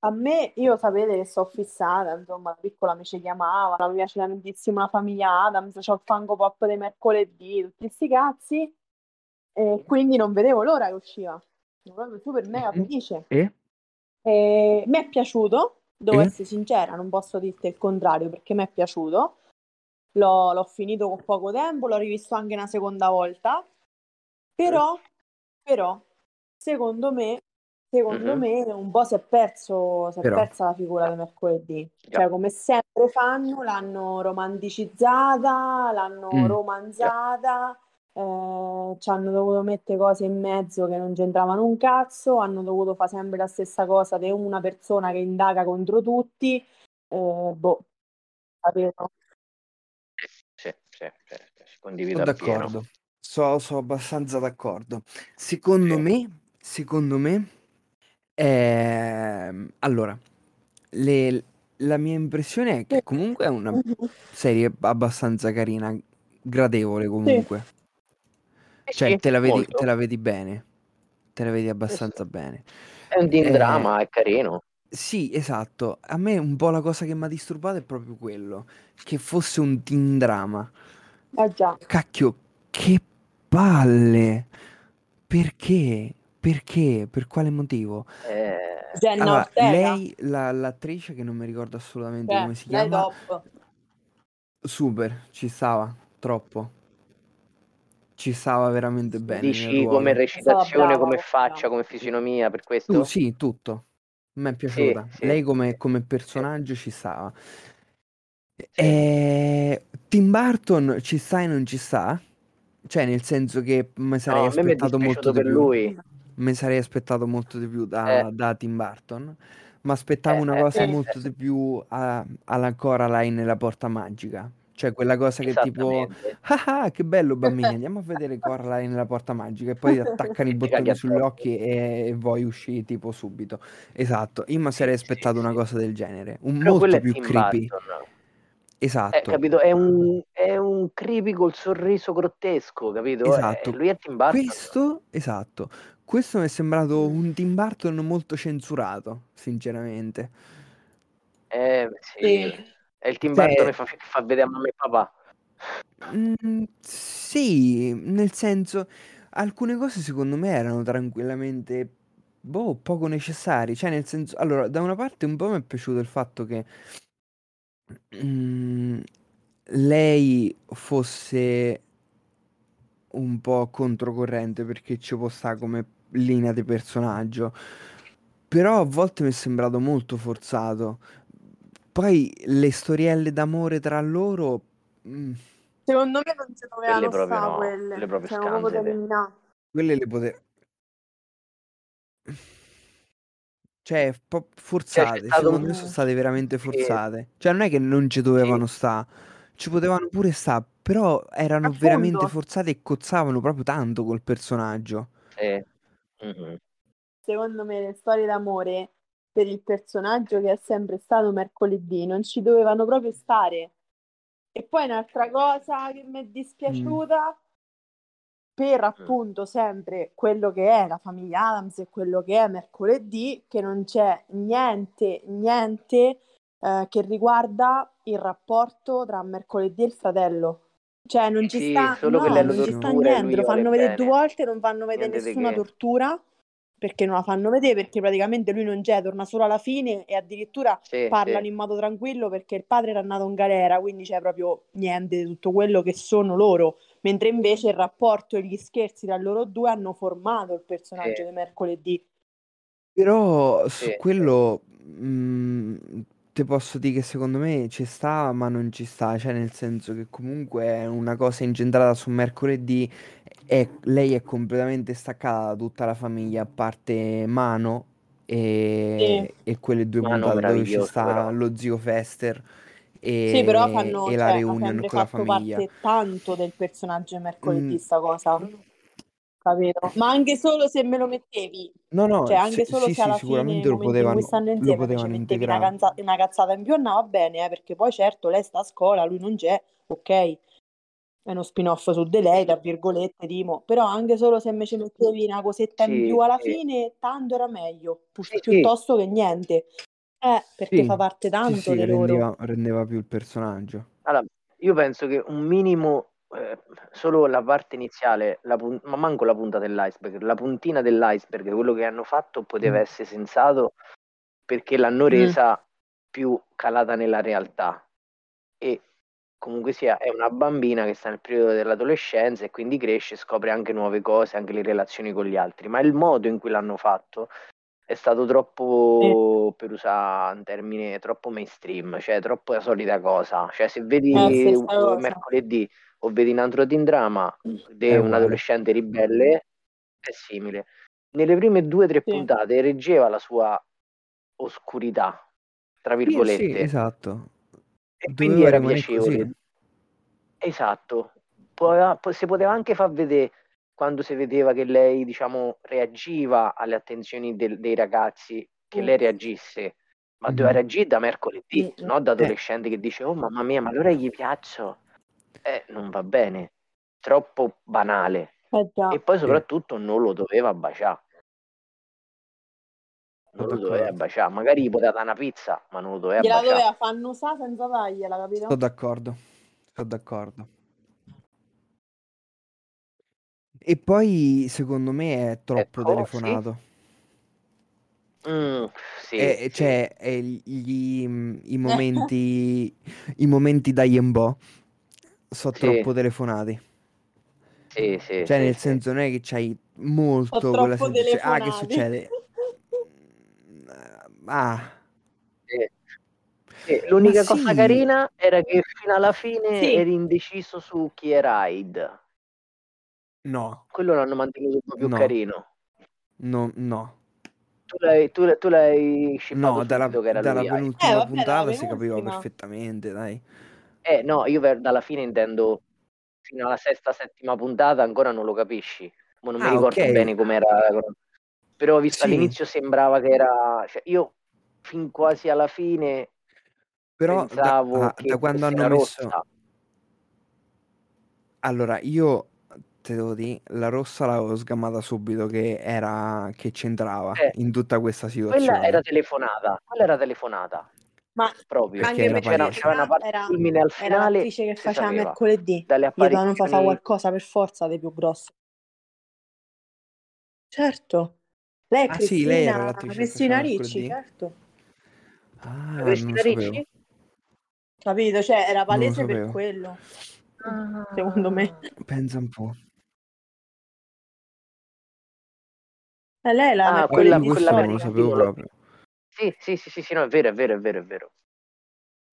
A: a me, io sapete che sono fissata, insomma, da piccola mi ci chiamavano, mi piace tantissimo la famiglia Adams, c'ho il fango pop dei mercoledì, tutti sti cazzi, e quindi non vedevo l'ora che usciva. Sono proprio super mega
C: Mhm.
A: felice.
C: E?
A: E mi è piaciuto, devo
C: Mm.
A: essere sincera, non posso dirti il contrario perché mi è piaciuto. L'ho, l'ho finito con poco tempo, l'ho rivisto anche una seconda volta. Però, però, secondo me, secondo
B: Mhm.
A: me un po' si è perso, si è
C: Però.
A: persa la figura di mercoledì.
B: Già.
A: Cioè, come sempre fanno, l'hanno romanticizzata, l'hanno
C: Mm.
A: romanzata, eh, ci hanno dovuto mettere cose in mezzo che non c'entravano un cazzo, hanno dovuto fare sempre la stessa cosa di una persona che indaga contro tutti. Eh, boh, capito?
B: Sì, sì, sì, sì,
C: Sono
B: condivido appieno.
C: d'accordo. So, so abbastanza d'accordo. Secondo
B: Sì.
C: me, secondo me, ehm, allora, le- la mia impressione è che comunque è una serie abbastanza carina, gradevole comunque.
B: Eh
C: Cioè,
B: sì,
C: te la vedi,
B: molto.
C: te la vedi bene. Te la vedi abbastanza bene.
B: È un teen
C: Eh,
B: drama, è carino.
C: Sì, esatto. A me un po' la cosa che mi ha disturbato è proprio quello. Che fosse un teen drama.
A: *laughs* Eh già,
C: Cacchio, che palle! Perché? Perché? Per quale motivo?
B: Eh,
A: Jenna
C: Allora,
A: Ortega.
C: lei, la- l'attrice che non mi ricordo assolutamente
A: Cioè,
C: come si
A: lei
C: chiama,
A: top.
C: super, ci stava, troppo. Ci stava veramente bene nel
B: dici
C: ruolo.
B: come recitazione,
A: brava,
B: come
A: brava.
B: faccia, come fisionomia, per questo?
C: Tu sì, tutto. Mi è piaciuta.
B: sì,
C: Lei come,
B: sì,
C: come personaggio ci stava.
B: Sì.
C: Eh, Tim Burton ci sta e non ci sta? Cioè, nel senso che mi sarei
B: No, a me mi è
C: aspettato
B: dispiaciuto
C: molto di
B: per
C: più.
B: lui.
C: Mi sarei aspettato molto di più da,
B: Eh.
C: da Tim Burton. Ma aspettavo
B: Eh,
C: una
B: eh,
C: cosa
A: eh,
C: molto
B: eh.
C: di più a- alla Coraline nella porta magica. Cioè, quella cosa che tipo.
B: Esattamente.
C: Ah, ah, che bello
B: *laughs*
C: bambini, andiamo a vedere Coraline nella porta magica e poi ti attaccano i
B: Ti caghi
C: bottoni
B: addosso.
C: sugli occhi e, e voi uscite tipo subito. Esatto, io mi sarei
B: sì,
C: aspettato una
B: sì.
C: cosa del genere, un
B: Però quello
C: molto
B: è
C: più
B: Tim
C: creepy.
B: Burton.
C: Esatto.
B: Eh, capito? È un, è un creepy col sorriso grottesco, capito? Eh,
C: Esatto.
B: lui è Tim Burton.
C: Questo, esatto, questo mi è sembrato un Tim Burton molto censurato, sinceramente.
B: Eh, sì.
A: Sì.
B: È il Tim
C: Cioè-
B: Burton che fa, che fa vedere a mamma e papà.
C: Mm, sì, nel senso, alcune cose secondo me erano tranquillamente, boh, poco necessarie. Cioè, nel senso, allora, da una parte un po' mi è piaciuto il fatto che mm, lei fosse un po' controcorrente perché ci può stare come linea di personaggio. Però a volte mi è sembrato molto forzato. Poi le storielle d'amore tra loro... mm,
A: Secondo me non si dovevano
B: proprio
A: stare
B: no,
A: quelle.
B: quelle proprio
A: Cioè, proprio da
B: scandite.
A: eliminare.
C: Quelle le potevo. Cioè, un po' forzate.
B: stato
C: Secondo
A: un-
C: me sono state veramente
B: Sì.
C: forzate. Cioè, non è che non ci dovevano stare, ci potevano pure stare, però erano
A: Appunto.
C: veramente forzate e cozzavano proprio tanto col personaggio.
B: Sì. Mm-mm.
A: Secondo me le storie d'amore per il personaggio che è sempre stato mercoledì non ci dovevano proprio stare. E poi un'altra cosa che mi è dispiaciuta
B: Mm. Eh.
A: per appunto sempre quello che è la famiglia Adams e quello che è mercoledì, che non c'è niente, niente eh, che riguarda il rapporto tra mercoledì e il fratello. Cioè non ci
B: Sì,
A: sta,
B: solo
A: no,
C: che le
A: non ci sta
C: torture
B: lui
A: niente, lo
B: vuole
A: fanno vedere
B: bene.
A: due volte, non fanno vedere
B: Niente di
A: nessuna
B: che.
A: tortura, perché non la fanno vedere, perché praticamente lui non c'è, torna solo alla fine e addirittura
B: Sì,
A: parlano
B: sì.
A: in modo tranquillo perché il padre era andato in galera, quindi c'è proprio niente di tutto quello che sono loro, mentre invece il rapporto e gli scherzi tra loro due hanno formato il personaggio
B: Sì.
A: di mercoledì.
C: Però
B: Sì,
C: su
B: sì.
C: quello mh, te posso dire che secondo me ci sta, ma non ci sta, cioè nel senso che comunque è una cosa incentrata su mercoledì e lei è completamente staccata da tutta la famiglia, a parte Mano e, e quelle due
B: Mano
C: puntate dove ci
B: meraviglioso,
C: sta
B: però.
C: lo zio Fester e,
A: Sì, però fanno,
C: e la
A: cioè, ha
C: reunion
A: sempre
C: con la
A: fatto
C: famiglia.
A: parte tanto del personaggio di mercoledì,
C: Mm.
A: sta cosa, capito? Ma anche solo se me lo mettevi,
C: No, no,
A: cioè anche
C: se-
A: solo
C: sì,
A: se
C: sì,
A: alla fine, nei
C: sicuramente lo
A: momenti in
C: potevano,
A: cui stanno
C: lo
A: insieme, cioè, ci
C: potevano
A: mettevi una,
C: integrare.
A: canza- una cazzata in più, andava bene, eh, perché poi certo lei sta a scuola, lui non c'è, ok, è uno spin-off su di lei, tra virgolette, Dimo, però anche solo se me ci mettevi una cosetta in
B: Sì,
A: più alla
B: sì.
A: fine, tanto era meglio, pi-
B: Sì, sì.
A: piuttosto che niente, eh, perché
C: Sì,
A: fa parte
C: Sì,
A: tanto
C: sì,
A: di loro.
C: rendeva, rendeva più il personaggio.
B: Allora, io penso che un minimo, eh, solo la parte iniziale, la pun- ma manco la punta dell'iceberg, la puntina dell'iceberg, quello che hanno fatto poteva
C: Mm.
B: essere sensato perché l'hanno resa più calata nella realtà. E comunque sia, è una bambina che sta nel periodo dell'adolescenza e quindi cresce, scopre anche nuove cose, anche le relazioni con gli altri, ma il modo in cui l'hanno fatto è stato troppo, per usare un termine, troppo mainstream, cioè troppo la solita cosa. Cioè se vedi
A: Eh, stessa
B: un-
A: cosa.
B: mercoledì o vedi un altro teen drama di
C: È
B: un
C: uguale.
B: adolescente ribelle, è simile. Nelle prime due o tre
A: Sì.
B: puntate reggeva la sua oscurità, tra
C: Sì,
B: virgolette,
C: sì, esatto.
B: e quindi
C: Doveva
B: era
C: rimanere
B: piacevole.
C: così.
B: Esatto, Po- po- si poteva anche far vedere quando si vedeva che lei, diciamo, reagiva alle attenzioni del- dei ragazzi, che
A: Mm.
B: lei reagisse, ma
C: Mhm.
B: doveva reagire da mercoledì,
A: Mm.
C: Eh.
B: non da adolescente che dice, oh mamma mia, ma allora gli piaccio. Eh, non va bene, troppo banale.
A: Eh già.
B: E poi soprattutto non lo doveva baciare. Non lo
C: Sono
B: doveva
C: d'accordo.
B: baciare, magari gli poteva dare una pizza, ma non lo doveva
A: Gliela
B: baciare.
A: doveva far usare senza tagliela, capito?
C: Sono d'accordo. Sono d'accordo. E poi, secondo me, è
B: Ecco,
C: troppo
B: sì.
C: telefonato.
B: Mm, sì,
C: E- e
B: sì.
C: cioè, e gli- mm,
B: *laughs*
C: i momenti, i momenti da Yembo sono
B: Sì.
C: troppo telefonati.
B: Sì, sì,
C: Cioè,
B: sì,
C: nel
B: sì.
C: senso, non è che c'hai
A: Ho
C: molto quella
A: troppo
C: sensazione. Ah, che
A: telefonati.
B: *laughs*
C: succede? Ah.
B: Sì. Sì, L'unica
C: Ma
B: cosa
C: sì.
B: carina era che fino alla fine
A: Sì.
B: eri indeciso su chi era Hyde.
C: No,
B: Quello l'hanno mantenuto proprio
C: No.
B: carino.
C: no, no.
B: Tu l'hai, tu, l'hai- tu l'hai scippato
C: No, dalla,
B: subito che era
C: dalla
B: lui Hyde.
C: penultima
A: Eh, vabbè, dalla
C: puntata si capiva
A: penultima.
C: perfettamente, dai.
B: Eh no, io per- dalla fine intendo fino alla sesta, settima puntata ancora non lo capisci. Mo non mi
C: Ah,
B: ricordo
C: ok.
B: bene com'era. la cron- Però visto
C: Sì.
B: all'inizio sembrava che era... cioè, io fin quasi alla fine
C: Però da-
B: Pensavo
C: ah,
B: che
C: da quando hanno
B: fosse
C: messo...
B: rossa.
C: Allora, io te devo dire, la rossa l'avevo sgamata subito che era che c'entrava
B: Eh,
C: in tutta questa situazione.
B: Quella era telefonata, quella era telefonata.
A: Ma
B: proprio
C: Anche
B: c'era,
C: perché
B: c'era,
C: era-
B: una parte
A: era-
B: fulmine al
A: *laughs* era
B: finale
A: l'attrice che
B: si
A: faceva
B: sapeva.
A: mercoledì.
B: dalle
A: Gli dovevano fa fa
B: apparizioni
A: qualcosa per forza dei più grossi. Certo. Lei è
C: Ah, sì,
A: Cristina,
C: lei era l'attrice che
A: Cristina
C: faceva
A: Ricci,
C: mercoledì.
A: certo.
C: Ah, non
B: Questi
C: lo
B: ricci?
C: sapevo.
A: Capito? Cioè, era
C: Non lo
A: palese per
C: sapevo.
A: quello.
B: Ah.
A: Secondo me.
C: Pensa un po'.
A: Eh, lei è la
B: Ah,
A: mercoledì
B: quella-
C: Io questo
A: storica.
B: quella
C: non lo
B: perché-
C: sapevo proprio.
B: Sì, sì, sì, sì, sì, no, è vero, è vero, è vero, è vero.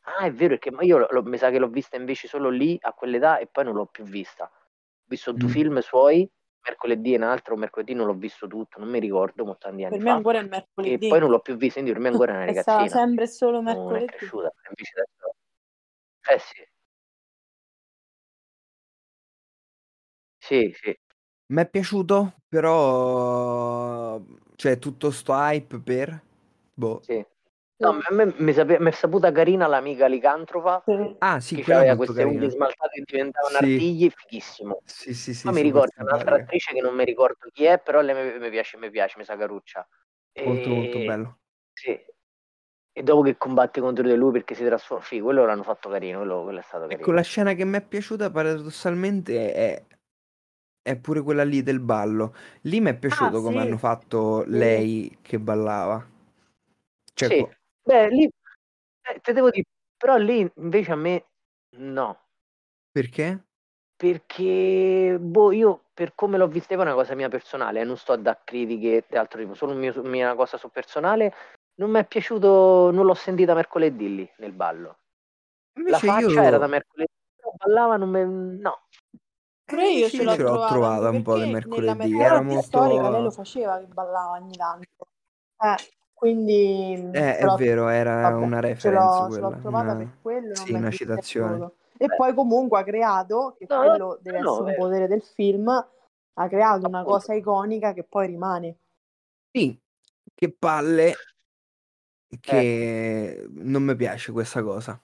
B: Ah, è vero, è che ma io lo- lo- mi sa che l'ho vista invece solo lì a quell'età e poi non l'ho più vista. Ho visto due
C: Mm.
B: film suoi, mercoledì e un altro, mercoledì non l'ho visto tutto, non mi ricordo, ma tanti anni
A: Per me
B: fa.
A: ancora è
B: E
A: mercoledì.
B: poi non l'ho più vista, quindi per me ancora è *laughs* una
A: *laughs* È stata
B: ragazzina.
A: sempre e solo
B: Non è
A: mercoledì.
B: cresciuta, invece adesso... Eh sì. Sì, sì.
C: Mi è piaciuto, però cioè tutto sto hype per boh.
B: Sì. No, a me mi sape- mi è saputa carina l'amica licantrofa
A: Sì.
C: Ah, sì,
B: che
C: quella è
B: aveva
C: molto
B: queste
C: carina.
B: unghie smaltate che diventavano
C: Sì.
B: artigli, fighissimo.
C: Sì, sì, sì,
B: Ma mi
C: super
B: ricorda un'altra
C: simpatica.
B: attrice che non mi ricordo chi è, però lei mi, mi piace, mi piace, mi sa caruccia. E-
C: Molto molto bello.
B: sì. E dopo che combatte contro di lui perché si trasforma, sì, quello l'hanno fatto carino, quello, quello è stato carino.
C: Ecco, la scena che mi è piaciuta paradossalmente è, è pure quella lì del ballo. Lì mi è piaciuto come
A: Ah, sì.
C: hanno fatto lei che ballava. Cioè,
B: Sì.
C: co-
B: Beh, lì, eh, te devo dire, però lì invece a me no.
C: perché?
B: Perché, boh, io per come l'ho vista, è una cosa mia personale, eh, non sto a dare critiche e altro tipo, solo un mio- mia cosa su personale. Non mi è piaciuto, non l'ho sentita mercoledì lì nel ballo. La
C: Invece
B: faccia
C: io,
B: era da mercoledì, però ballava, non me- no.
A: Pure io
C: invece
A: ce l'ho
C: eh, ce l'ho
A: trovata,
C: trovata
A: anche
C: un po' di
A: perché nella
C: mercoledì.
A: mercoledì
C: Era
A: storica lei lo
C: molto...
A: faceva che ballava ogni tanto. Eh, quindi mh,
C: Eh,
A: ce
C: è
A: l'ho-
C: vero, era
A: vabbè,
C: una
A: ce
C: reference
A: l'ho- ce l'ho
C: quella.
A: trovata
C: una-
A: per quello, non
C: sì,
A: mi è
C: una
A: dispiaciuto.
C: citazione.
A: E poi comunque ha creato, che
B: No,
A: quello deve
B: no,
A: essere un
B: vero.
A: potere del film, ha creato una
B: Appunto.
A: cosa iconica che poi rimane.
C: Sì, che palle
B: Eh.
C: che non mi piace questa cosa.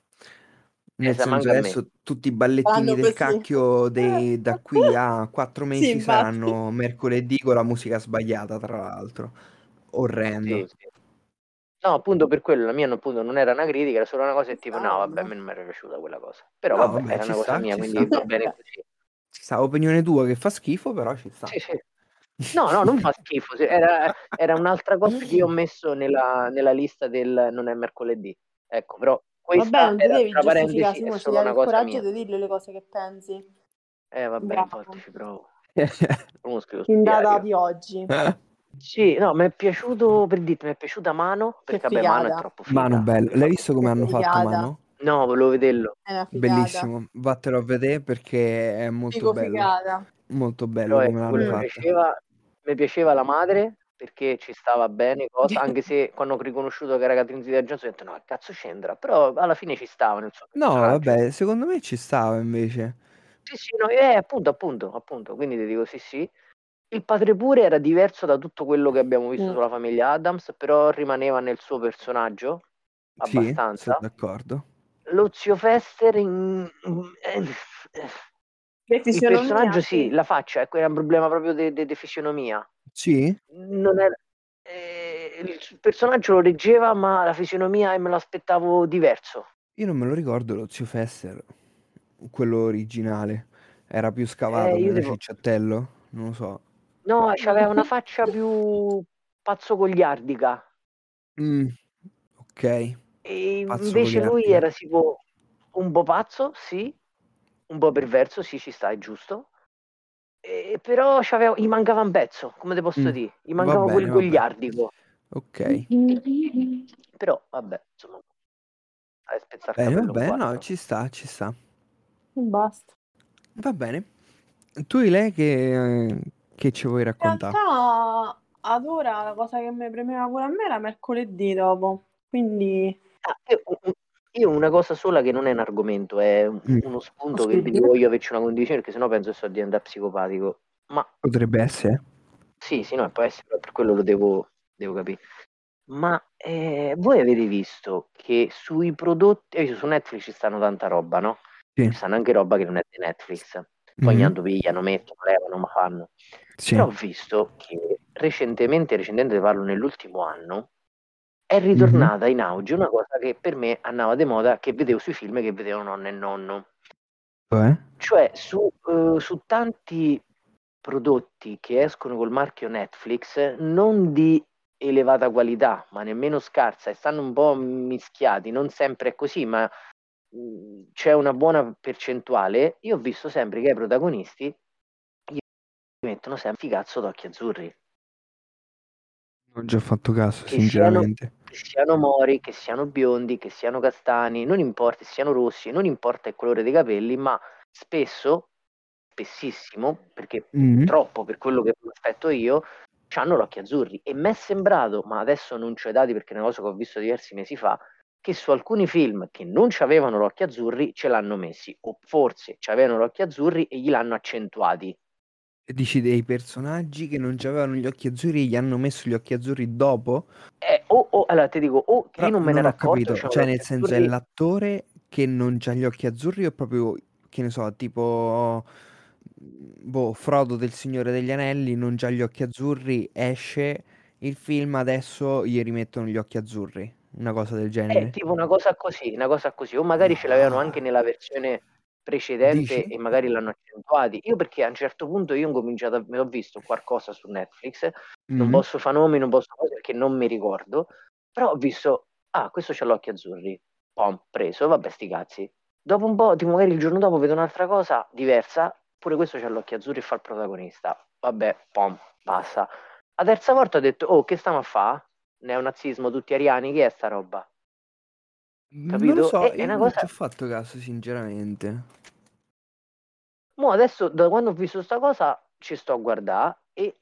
C: Nel
B: sa,
C: senso
B: manca Eh, a me.
C: adesso tutti i ballettini
A: Fanno
C: del
A: così.
C: cacchio dei-
A: *laughs*
C: da qui a quattro mesi
A: infatti.
C: saranno mercoledì con la musica sbagliata, tra l'altro.
B: Sì,
C: Orrendo.
B: sì. No, appunto per quello la mia non- appunto, non era una critica, era solo una cosa e tipo no, vabbè, a me non mi era piaciuta quella cosa. Però
C: No,
B: vabbè,
C: vabbè,
B: era
C: ci
B: una cosa
C: sta,
B: mia,
C: ci
B: quindi
C: sta.
B: va bene così.
C: Ci sta, opinione tua che fa schifo, però ci sta.
B: Sì, sì. No, no, non
C: *laughs*
B: fa schifo, sì, era, era un'altra cosa che io ho messo nella, nella lista del non è mercoledì. Ecco, però questa
A: Vabbè, non ti
B: era,
A: devi
B: tra
A: giustificare,
B: parentesi, è
A: Simo, ci
B: solo
A: dai
B: una
A: il
B: cosa
A: coraggio
B: mia.
A: di dirle le cose che pensi.
B: Eh, vabbè,
A: Bravo.
B: infatti ci provo. Uno scrivo sul
A: In data
B: diario.
A: di oggi.
B: Sì, no, mi è piaciuto, per dirti, mi è piaciuta Mano, perché vabbè,
A: figata.
B: Mano è troppo figa.
C: Mano bello, l'hai visto come hanno fatto
A: Figata.
C: Mano?
B: No, volevo vederlo.
A: È una figata.
C: Bellissimo, vattelo a vedere perché è molto
A: Dico
C: bello,
A: figata.
C: molto
B: Però,
C: bello come
B: ecco,
C: l'hanno
B: quello mi
C: fatta.
B: piaceva, mi piaceva la madre perché ci stava
A: *laughs*
B: bene, cosa, anche se quando ho riconosciuto che era Catherine Zeta Jones ho detto no, che cazzo c'entra, però alla fine ci stava Ah, nel suo
C: No,
B: personaggio.
C: vabbè, secondo me ci stava invece.
B: Sì, sì, no, eh, appunto, appunto, appunto, quindi ti dico sì, sì. Il padre pure era diverso da tutto quello che abbiamo visto
A: Mm.
B: sulla famiglia Adams, però rimaneva nel suo personaggio
C: Sì, sono
B: abbastanza.
C: d'accordo.
B: Lo zio Fester in- in- il personaggio sì, la faccia, ecco, era un problema proprio di de, de fisionomia.
C: Sì?
B: non era- eh, il personaggio lo reggeva, ma la fisionomia eh, me lo aspettavo diverso.
C: Io non me lo ricordo lo zio Fester, quello originale. Era più scavato,
B: Eh, io
C: meno
B: devo-
C: cicciottello, non lo so.
B: No, aveva una faccia più pazzogogliardica.
C: Mm, ok.
B: E invece
C: Pazzogogliardica.
B: lui era tipo un po' pazzo, sì, un po' perverso, sì, ci sta, è giusto. E- però c'aveva- gli mancava un pezzo, come te posso
C: Mm,
B: dire? Gli
C: va
B: mancava quel
C: bene, va bene.
B: gogliardico. Mm,
C: Ok.
A: Mm,
B: Però, vabbè, insomma, a spezzare il
C: Bene, va
B: capello qua,
C: bene, no,
B: no?
C: ci sta, ci sta.
A: mm. Basta.
C: Va bene. Tu, Ile, che, che ci vuoi
A: In
C: raccontare?
A: realtà, ad ora la cosa che mi premeva pure a me era mercoledì dopo. Quindi,
B: Ah, io- Io una cosa sola che non è un argomento, è un-
C: Mm.
B: uno spunto
A: Sì.
B: che di cui voglio averci una condizione perché sennò penso che sto diventando psicopatico. Ma
C: Potrebbe essere.
B: sì, sì, no, può essere, però per quello lo devo, devo capire. Ma Eh, voi avete visto che sui prodotti, eh, su Netflix ci stanno tanta roba, no?
C: Sì.
B: Ci stanno anche roba che non è di Netflix. Poi
C: Mhm,
B: ogni tanto pigliano, mettono, levano, ma fanno.
C: sì.
B: Però ho visto che recentemente, recentemente te parlo nell'ultimo anno, è ritornata
C: Mm-hmm.
B: in auge una cosa che per me andava di moda, che vedevo sui film che vedevo nonna e nonno.
C: Cioè?
B: Cioè, su, eh, su tanti prodotti che escono col marchio Netflix, non di elevata qualità, ma nemmeno scarsa, e stanno un po' mischiati, non sempre è così, ma mh, c'è una buona percentuale. Io ho visto sempre che ai protagonisti gli mettono sempre i cazzo d'occhi azzurri,
C: Non ci ho fatto caso,
B: Che siano-
C: sinceramente.
B: che siano mori, che siano biondi, che siano castani, non importa, che siano rossi, non importa il colore dei capelli, ma spesso, spessissimo, perché
C: Mhm.
B: troppo per quello che mi aspetto io, hanno gli occhi azzurri. E mi è sembrato, ma adesso non c'ho i dati perché è una cosa che ho visto diversi mesi fa, che su alcuni film che non avevano gli occhi azzurri ce l'hanno messi, o forse avevano gli occhi azzurri e gliel'hanno accentuati.
C: E Dici dei personaggi che non avevano gli occhi azzurri e gli hanno messo gli occhi azzurri dopo?
B: Eh, o, o- allora ti dico, o che
C: Però
B: io non me ne ero
C: ho
B: accorto,
C: capito,
B: c'avevano
C: cioè
B: gli
C: nel
B: occhi
C: senso è
B: azzurri.
C: l'attore che non ha gli occhi azzurri o proprio, che ne so, tipo, boh, Frodo del Signore degli Anelli non ha gli occhi azzurri, esce il film, adesso gli rimettono gli occhi azzurri, una cosa del
B: È
C: genere.
B: Eh, tipo una cosa così, una cosa così, o magari ce l'avevano anche
C: Ah.
B: nella versione precedente
C: Dici?
B: e magari l'hanno accentuati. Io perché a un certo punto io ho cominciato, a- mi ho visto qualcosa su Netflix, non
C: Mhm.
B: posso fare nomi, non posso cose perché non mi ricordo, però ho visto, ah, questo c'ha gli occhi azzurri, pom, preso, vabbè sti cazzi. Dopo un po', tipo magari il giorno dopo vedo un'altra cosa diversa, pure questo c'ha gli occhi azzurri e fa il protagonista, vabbè, pom, passa. La terza volta ho detto, oh, che stiamo a fa? Neonazismo, tutti ariani, che è sta roba?
C: Non lo
B: capito? Eh,
C: so,
B: È, è
C: io
B: una
C: non ci ho
B: cosa.
C: fatto caso, sinceramente.
B: Mo adesso, da quando ho visto sta cosa, ci sto a guardare e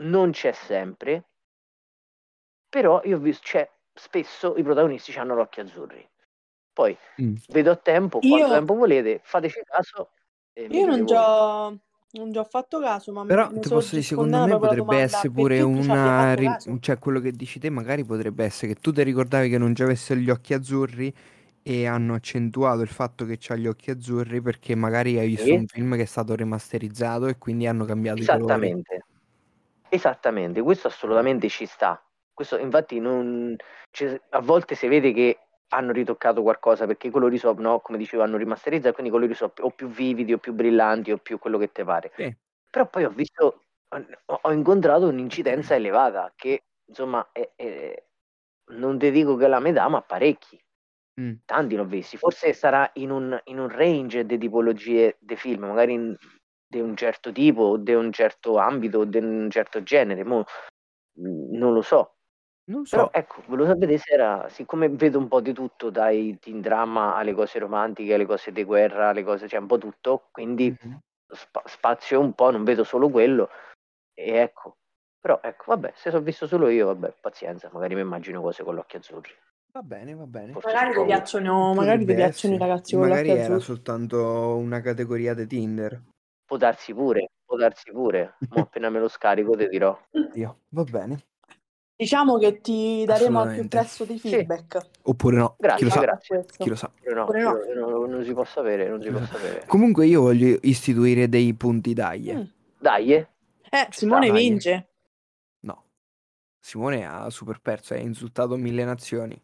B: non c'è sempre, però io ho visto, cioè, spesso i protagonisti hanno gli occhi azzurri. Poi
C: Mm.
B: vedo a tempo,
A: Io-
B: quanto tempo volete, fateci caso. e mi
A: Io non
B: dite
A: ci
B: voi.
A: ho non ci ho fatto caso, ma
C: Però
A: mi
C: ti
A: sono
C: posso dire,
A: rispondendo
C: secondo me
A: proprio alla
C: potrebbe
A: domanda,
C: essere pure
A: perché tu ci abbia
C: una...
A: fatto
C: ri-
A: caso?
C: cioè quello che dici te magari potrebbe essere che tu ti ricordavi che non c'avesse gli occhi azzurri e hanno accentuato il fatto che c'ha gli occhi azzurri perché magari hai visto
B: Sì,
C: un film che è stato remasterizzato e quindi hanno cambiato i colori.
B: esattamente. Esattamente, questo assolutamente ci sta. Questo, infatti, non- ci- a volte si vede che hanno ritoccato qualcosa perché i colori sono, no, come dicevo, hanno rimasterizzato, quindi i colori sono o più vividi o più brillanti o più quello che te pare.
C: Sì.
B: Però poi ho visto, ho, ho incontrato un'incidenza elevata che, insomma, è- è- non ti dico che è la metà, ma parecchi.
C: Mm.
B: Tanti l'ho visti, forse sarà in un, in un range di tipologie di film, magari in- di un certo tipo, o di un certo ambito, o di un certo genere, mo, mh, non lo so.
C: Non so.
B: Però ecco, volevo sapere se era, siccome vedo un po' di tutto, dai teen drama alle cose romantiche, alle cose di guerra, alle cose, c'è un po' tutto, quindi
C: Mhm.
B: spa- spazio un po', non vedo solo quello, e ecco. Però ecco, vabbè, se sono visto solo io, vabbè, pazienza, magari mi immagino cose con gli occhi azzurri.
C: Va bene, va bene.
B: Forse
A: Magari ti
B: sono io.
A: piacciono, magari ti
C: Potrebbe
A: piacciono i
C: essere.
A: ragazzi con gli
C: Magari
A: occhi
C: era
A: azzurri.
C: soltanto una categoria di Tinder.
B: Può darsi pure, può darsi pure. Mo appena me lo scarico ti dirò.
C: Io. Va bene.
A: Diciamo che ti daremo al più
C: Assolutamente.
A: presto dei
B: Sì.
A: feedback.
C: Oppure no, chi lo
B: Grazie,
A: a-
C: sa,
A: a
B: grazie.
A: questo.
C: chi lo sa.
B: Oppure no,
A: Oppure no.
B: io- io non, non si può sapere, non si può sapere.
C: Comunque io voglio istituire dei punti daglie.
A: Mm.
B: Dai, eh.
A: Eh,
B: Ci
A: Simone
C: sta, dai.
A: vince.
C: No. Simone ha super perso, ha insultato mille nazioni.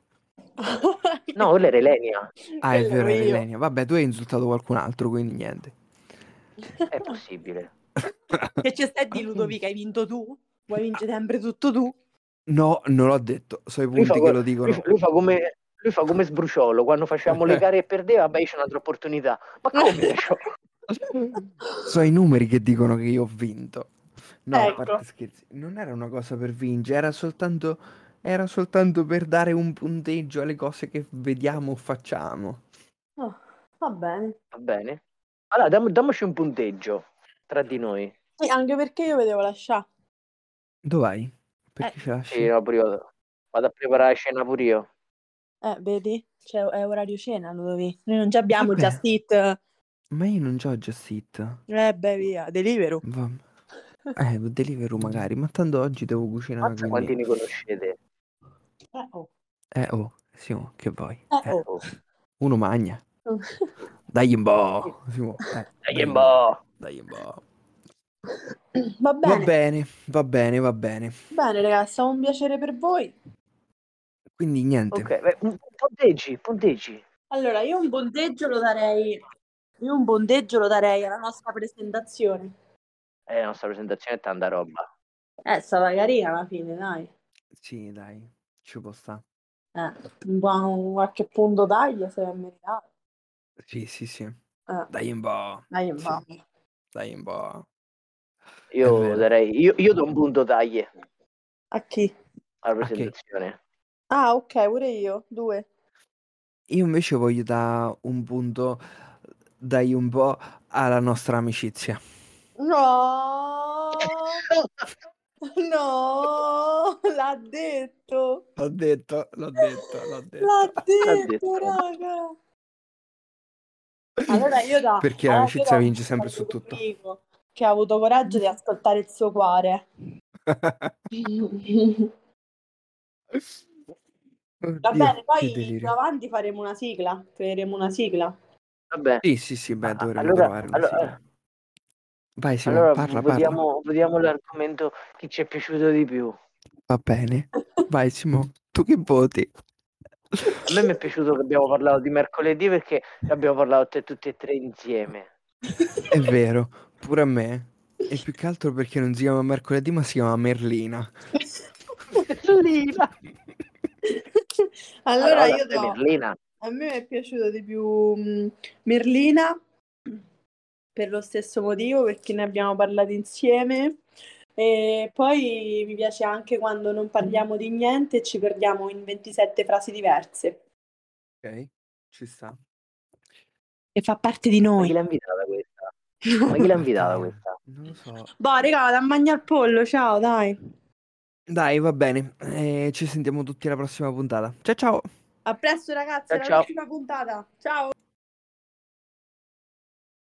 B: No, quella era Elenia.
C: Ah, è
A: Quello ero
C: vero, era
A: io.
C: Elenia. Vabbè, tu hai insultato qualcun altro, quindi niente.
B: È possibile.
A: Che ci stai
C: *laughs*
A: di Ludovica? Hai vinto tu? Vuoi vincere sempre tutto tu?
C: No, non l'ho detto. So i
B: Lui fa,
C: punti
B: co-
C: che
B: lui
C: lo
B: fa-
C: dicono.
B: lui fa come, lui fa come sbruciolo. Quando facevamo le gare e perdeva, beh, c'è un'altra opportunità. Ma come? Cioè,
C: So i numeri che dicono che io ho vinto. No, a
A: Ecco.
C: parte scherzi, non era una cosa per vincere, era soltanto, era soltanto per dare un punteggio alle cose che vediamo o facciamo.
A: Oh, *laughs* va bene.
B: Va bene. Allora, dam- dammoci un punteggio tra di noi.
A: Sì, anche perché io vedevo la scià.
C: Dov'hai? Perché ce
B: Sì,
C: lasci?
B: no, pure io. Vado a preparare scena pure io.
A: Eh, vedi? Cioè, è orario cena, Ludovica. Noi non ci abbiamo
C: Vabbè.
A: Just Eat.
C: Ma io non c'ho Just Eat.
A: Eh, beh, via. Deliveroo.
C: Va- Eh, Deliveroo magari, ma tanto oggi devo cucinare,
B: Mazza quanti
C: quindi...
B: ne conoscete?
A: Eh, oh.
C: Eh, oh, Simo, che vuoi?
A: Eh,
C: Eh,
A: oh.
C: Uno magna.
A: Oh.
C: Dagli un po', Simo. eh,
B: Dai, un po'.
C: Dagli un po'.
A: Va
C: Va
A: bene,
C: bene, va bene, va bene.
A: bene ragazzi, è stato un piacere per voi.
C: Quindi niente.
B: Ok, beh, un- punteggi, punteggi.
A: Allora, io un bondeggio lo darei, io un bondeggio lo darei alla nostra presentazione.
B: Eh, la nostra presentazione è tanta roba.
A: Eh, è stata carina alla fine, dai.
C: Sì, dai, ci può sta.
A: Eh, un buon qualche punto taglia se è meritato.
C: Sì, sì, sì.
A: Eh,
C: Dai un po',
A: dai, va.
C: dai un po'. È
B: Io
C: vero.
B: darei, io, io do un punto taglie
A: A chi?
B: alla
C: Ok.
A: *laughs*
B: presentazione.
A: Ah, ok, pure io, due.
C: Io invece voglio dare un punto, dai un po' alla nostra amicizia.
A: No, *laughs* no, l'ha detto,
C: L'ho detto, l'ho detto,
A: *laughs*
C: l'ho detto.
A: l'ha
C: *laughs*
A: detto,
B: detto.
A: raga. Allora io da,
C: Perché
A: allora io
C: l'amicizia
A: da-
C: vince sempre su tutto.
A: Enrico, Che ha avuto coraggio di ascoltare il suo cuore.
C: *laughs*
A: Va
C: Oddio,
A: bene,
C: che
A: poi più
C: delirio.
A: avanti faremo una sigla, creeremo una sigla.
B: Vabbè,
C: Sì, sì, sì, beh,
B: Ah,
C: dovremmo
B: allora-
C: trovare una
B: allora- eh.
C: sigla. Vai, Simo,
B: allora
C: parla, parla.
B: vediamo, vediamo l'argomento che ci è piaciuto di più.
C: Va
B: *laughs*
C: bene. Vai, Simo, tu che voti?
B: A me mi è piaciuto che abbiamo parlato di mercoledì perché abbiamo parlato te- tutti e tre insieme.
A: *laughs*
C: È vero, pure a me. E più che altro perché non si chiama mercoledì, ma si
B: *laughs*
C: chiama Merlina.
A: Allora io
B: da
A: do,
B: Merlina.
A: a me è piaciuto di più mh, Merlina per lo stesso motivo perché ne abbiamo parlato insieme e poi mi piace anche quando non parliamo di niente e ci perdiamo in 27 frasi diverse.
C: Ok, ci sta.
A: E fa parte di
B: Ma chi
A: noi.
B: l'ha invitata questa? Ma chi l'ha invitata questa?
C: Non lo so.
A: Boh, regà, vado a mangiare il pollo, ciao, dai.
C: Dai, va bene. Eh, ci sentiamo tutti alla prossima puntata. Ciao ciao!
A: A presto ragazzi,
B: Ciao,
A: alla
B: ciao.
A: prossima puntata. Ciao.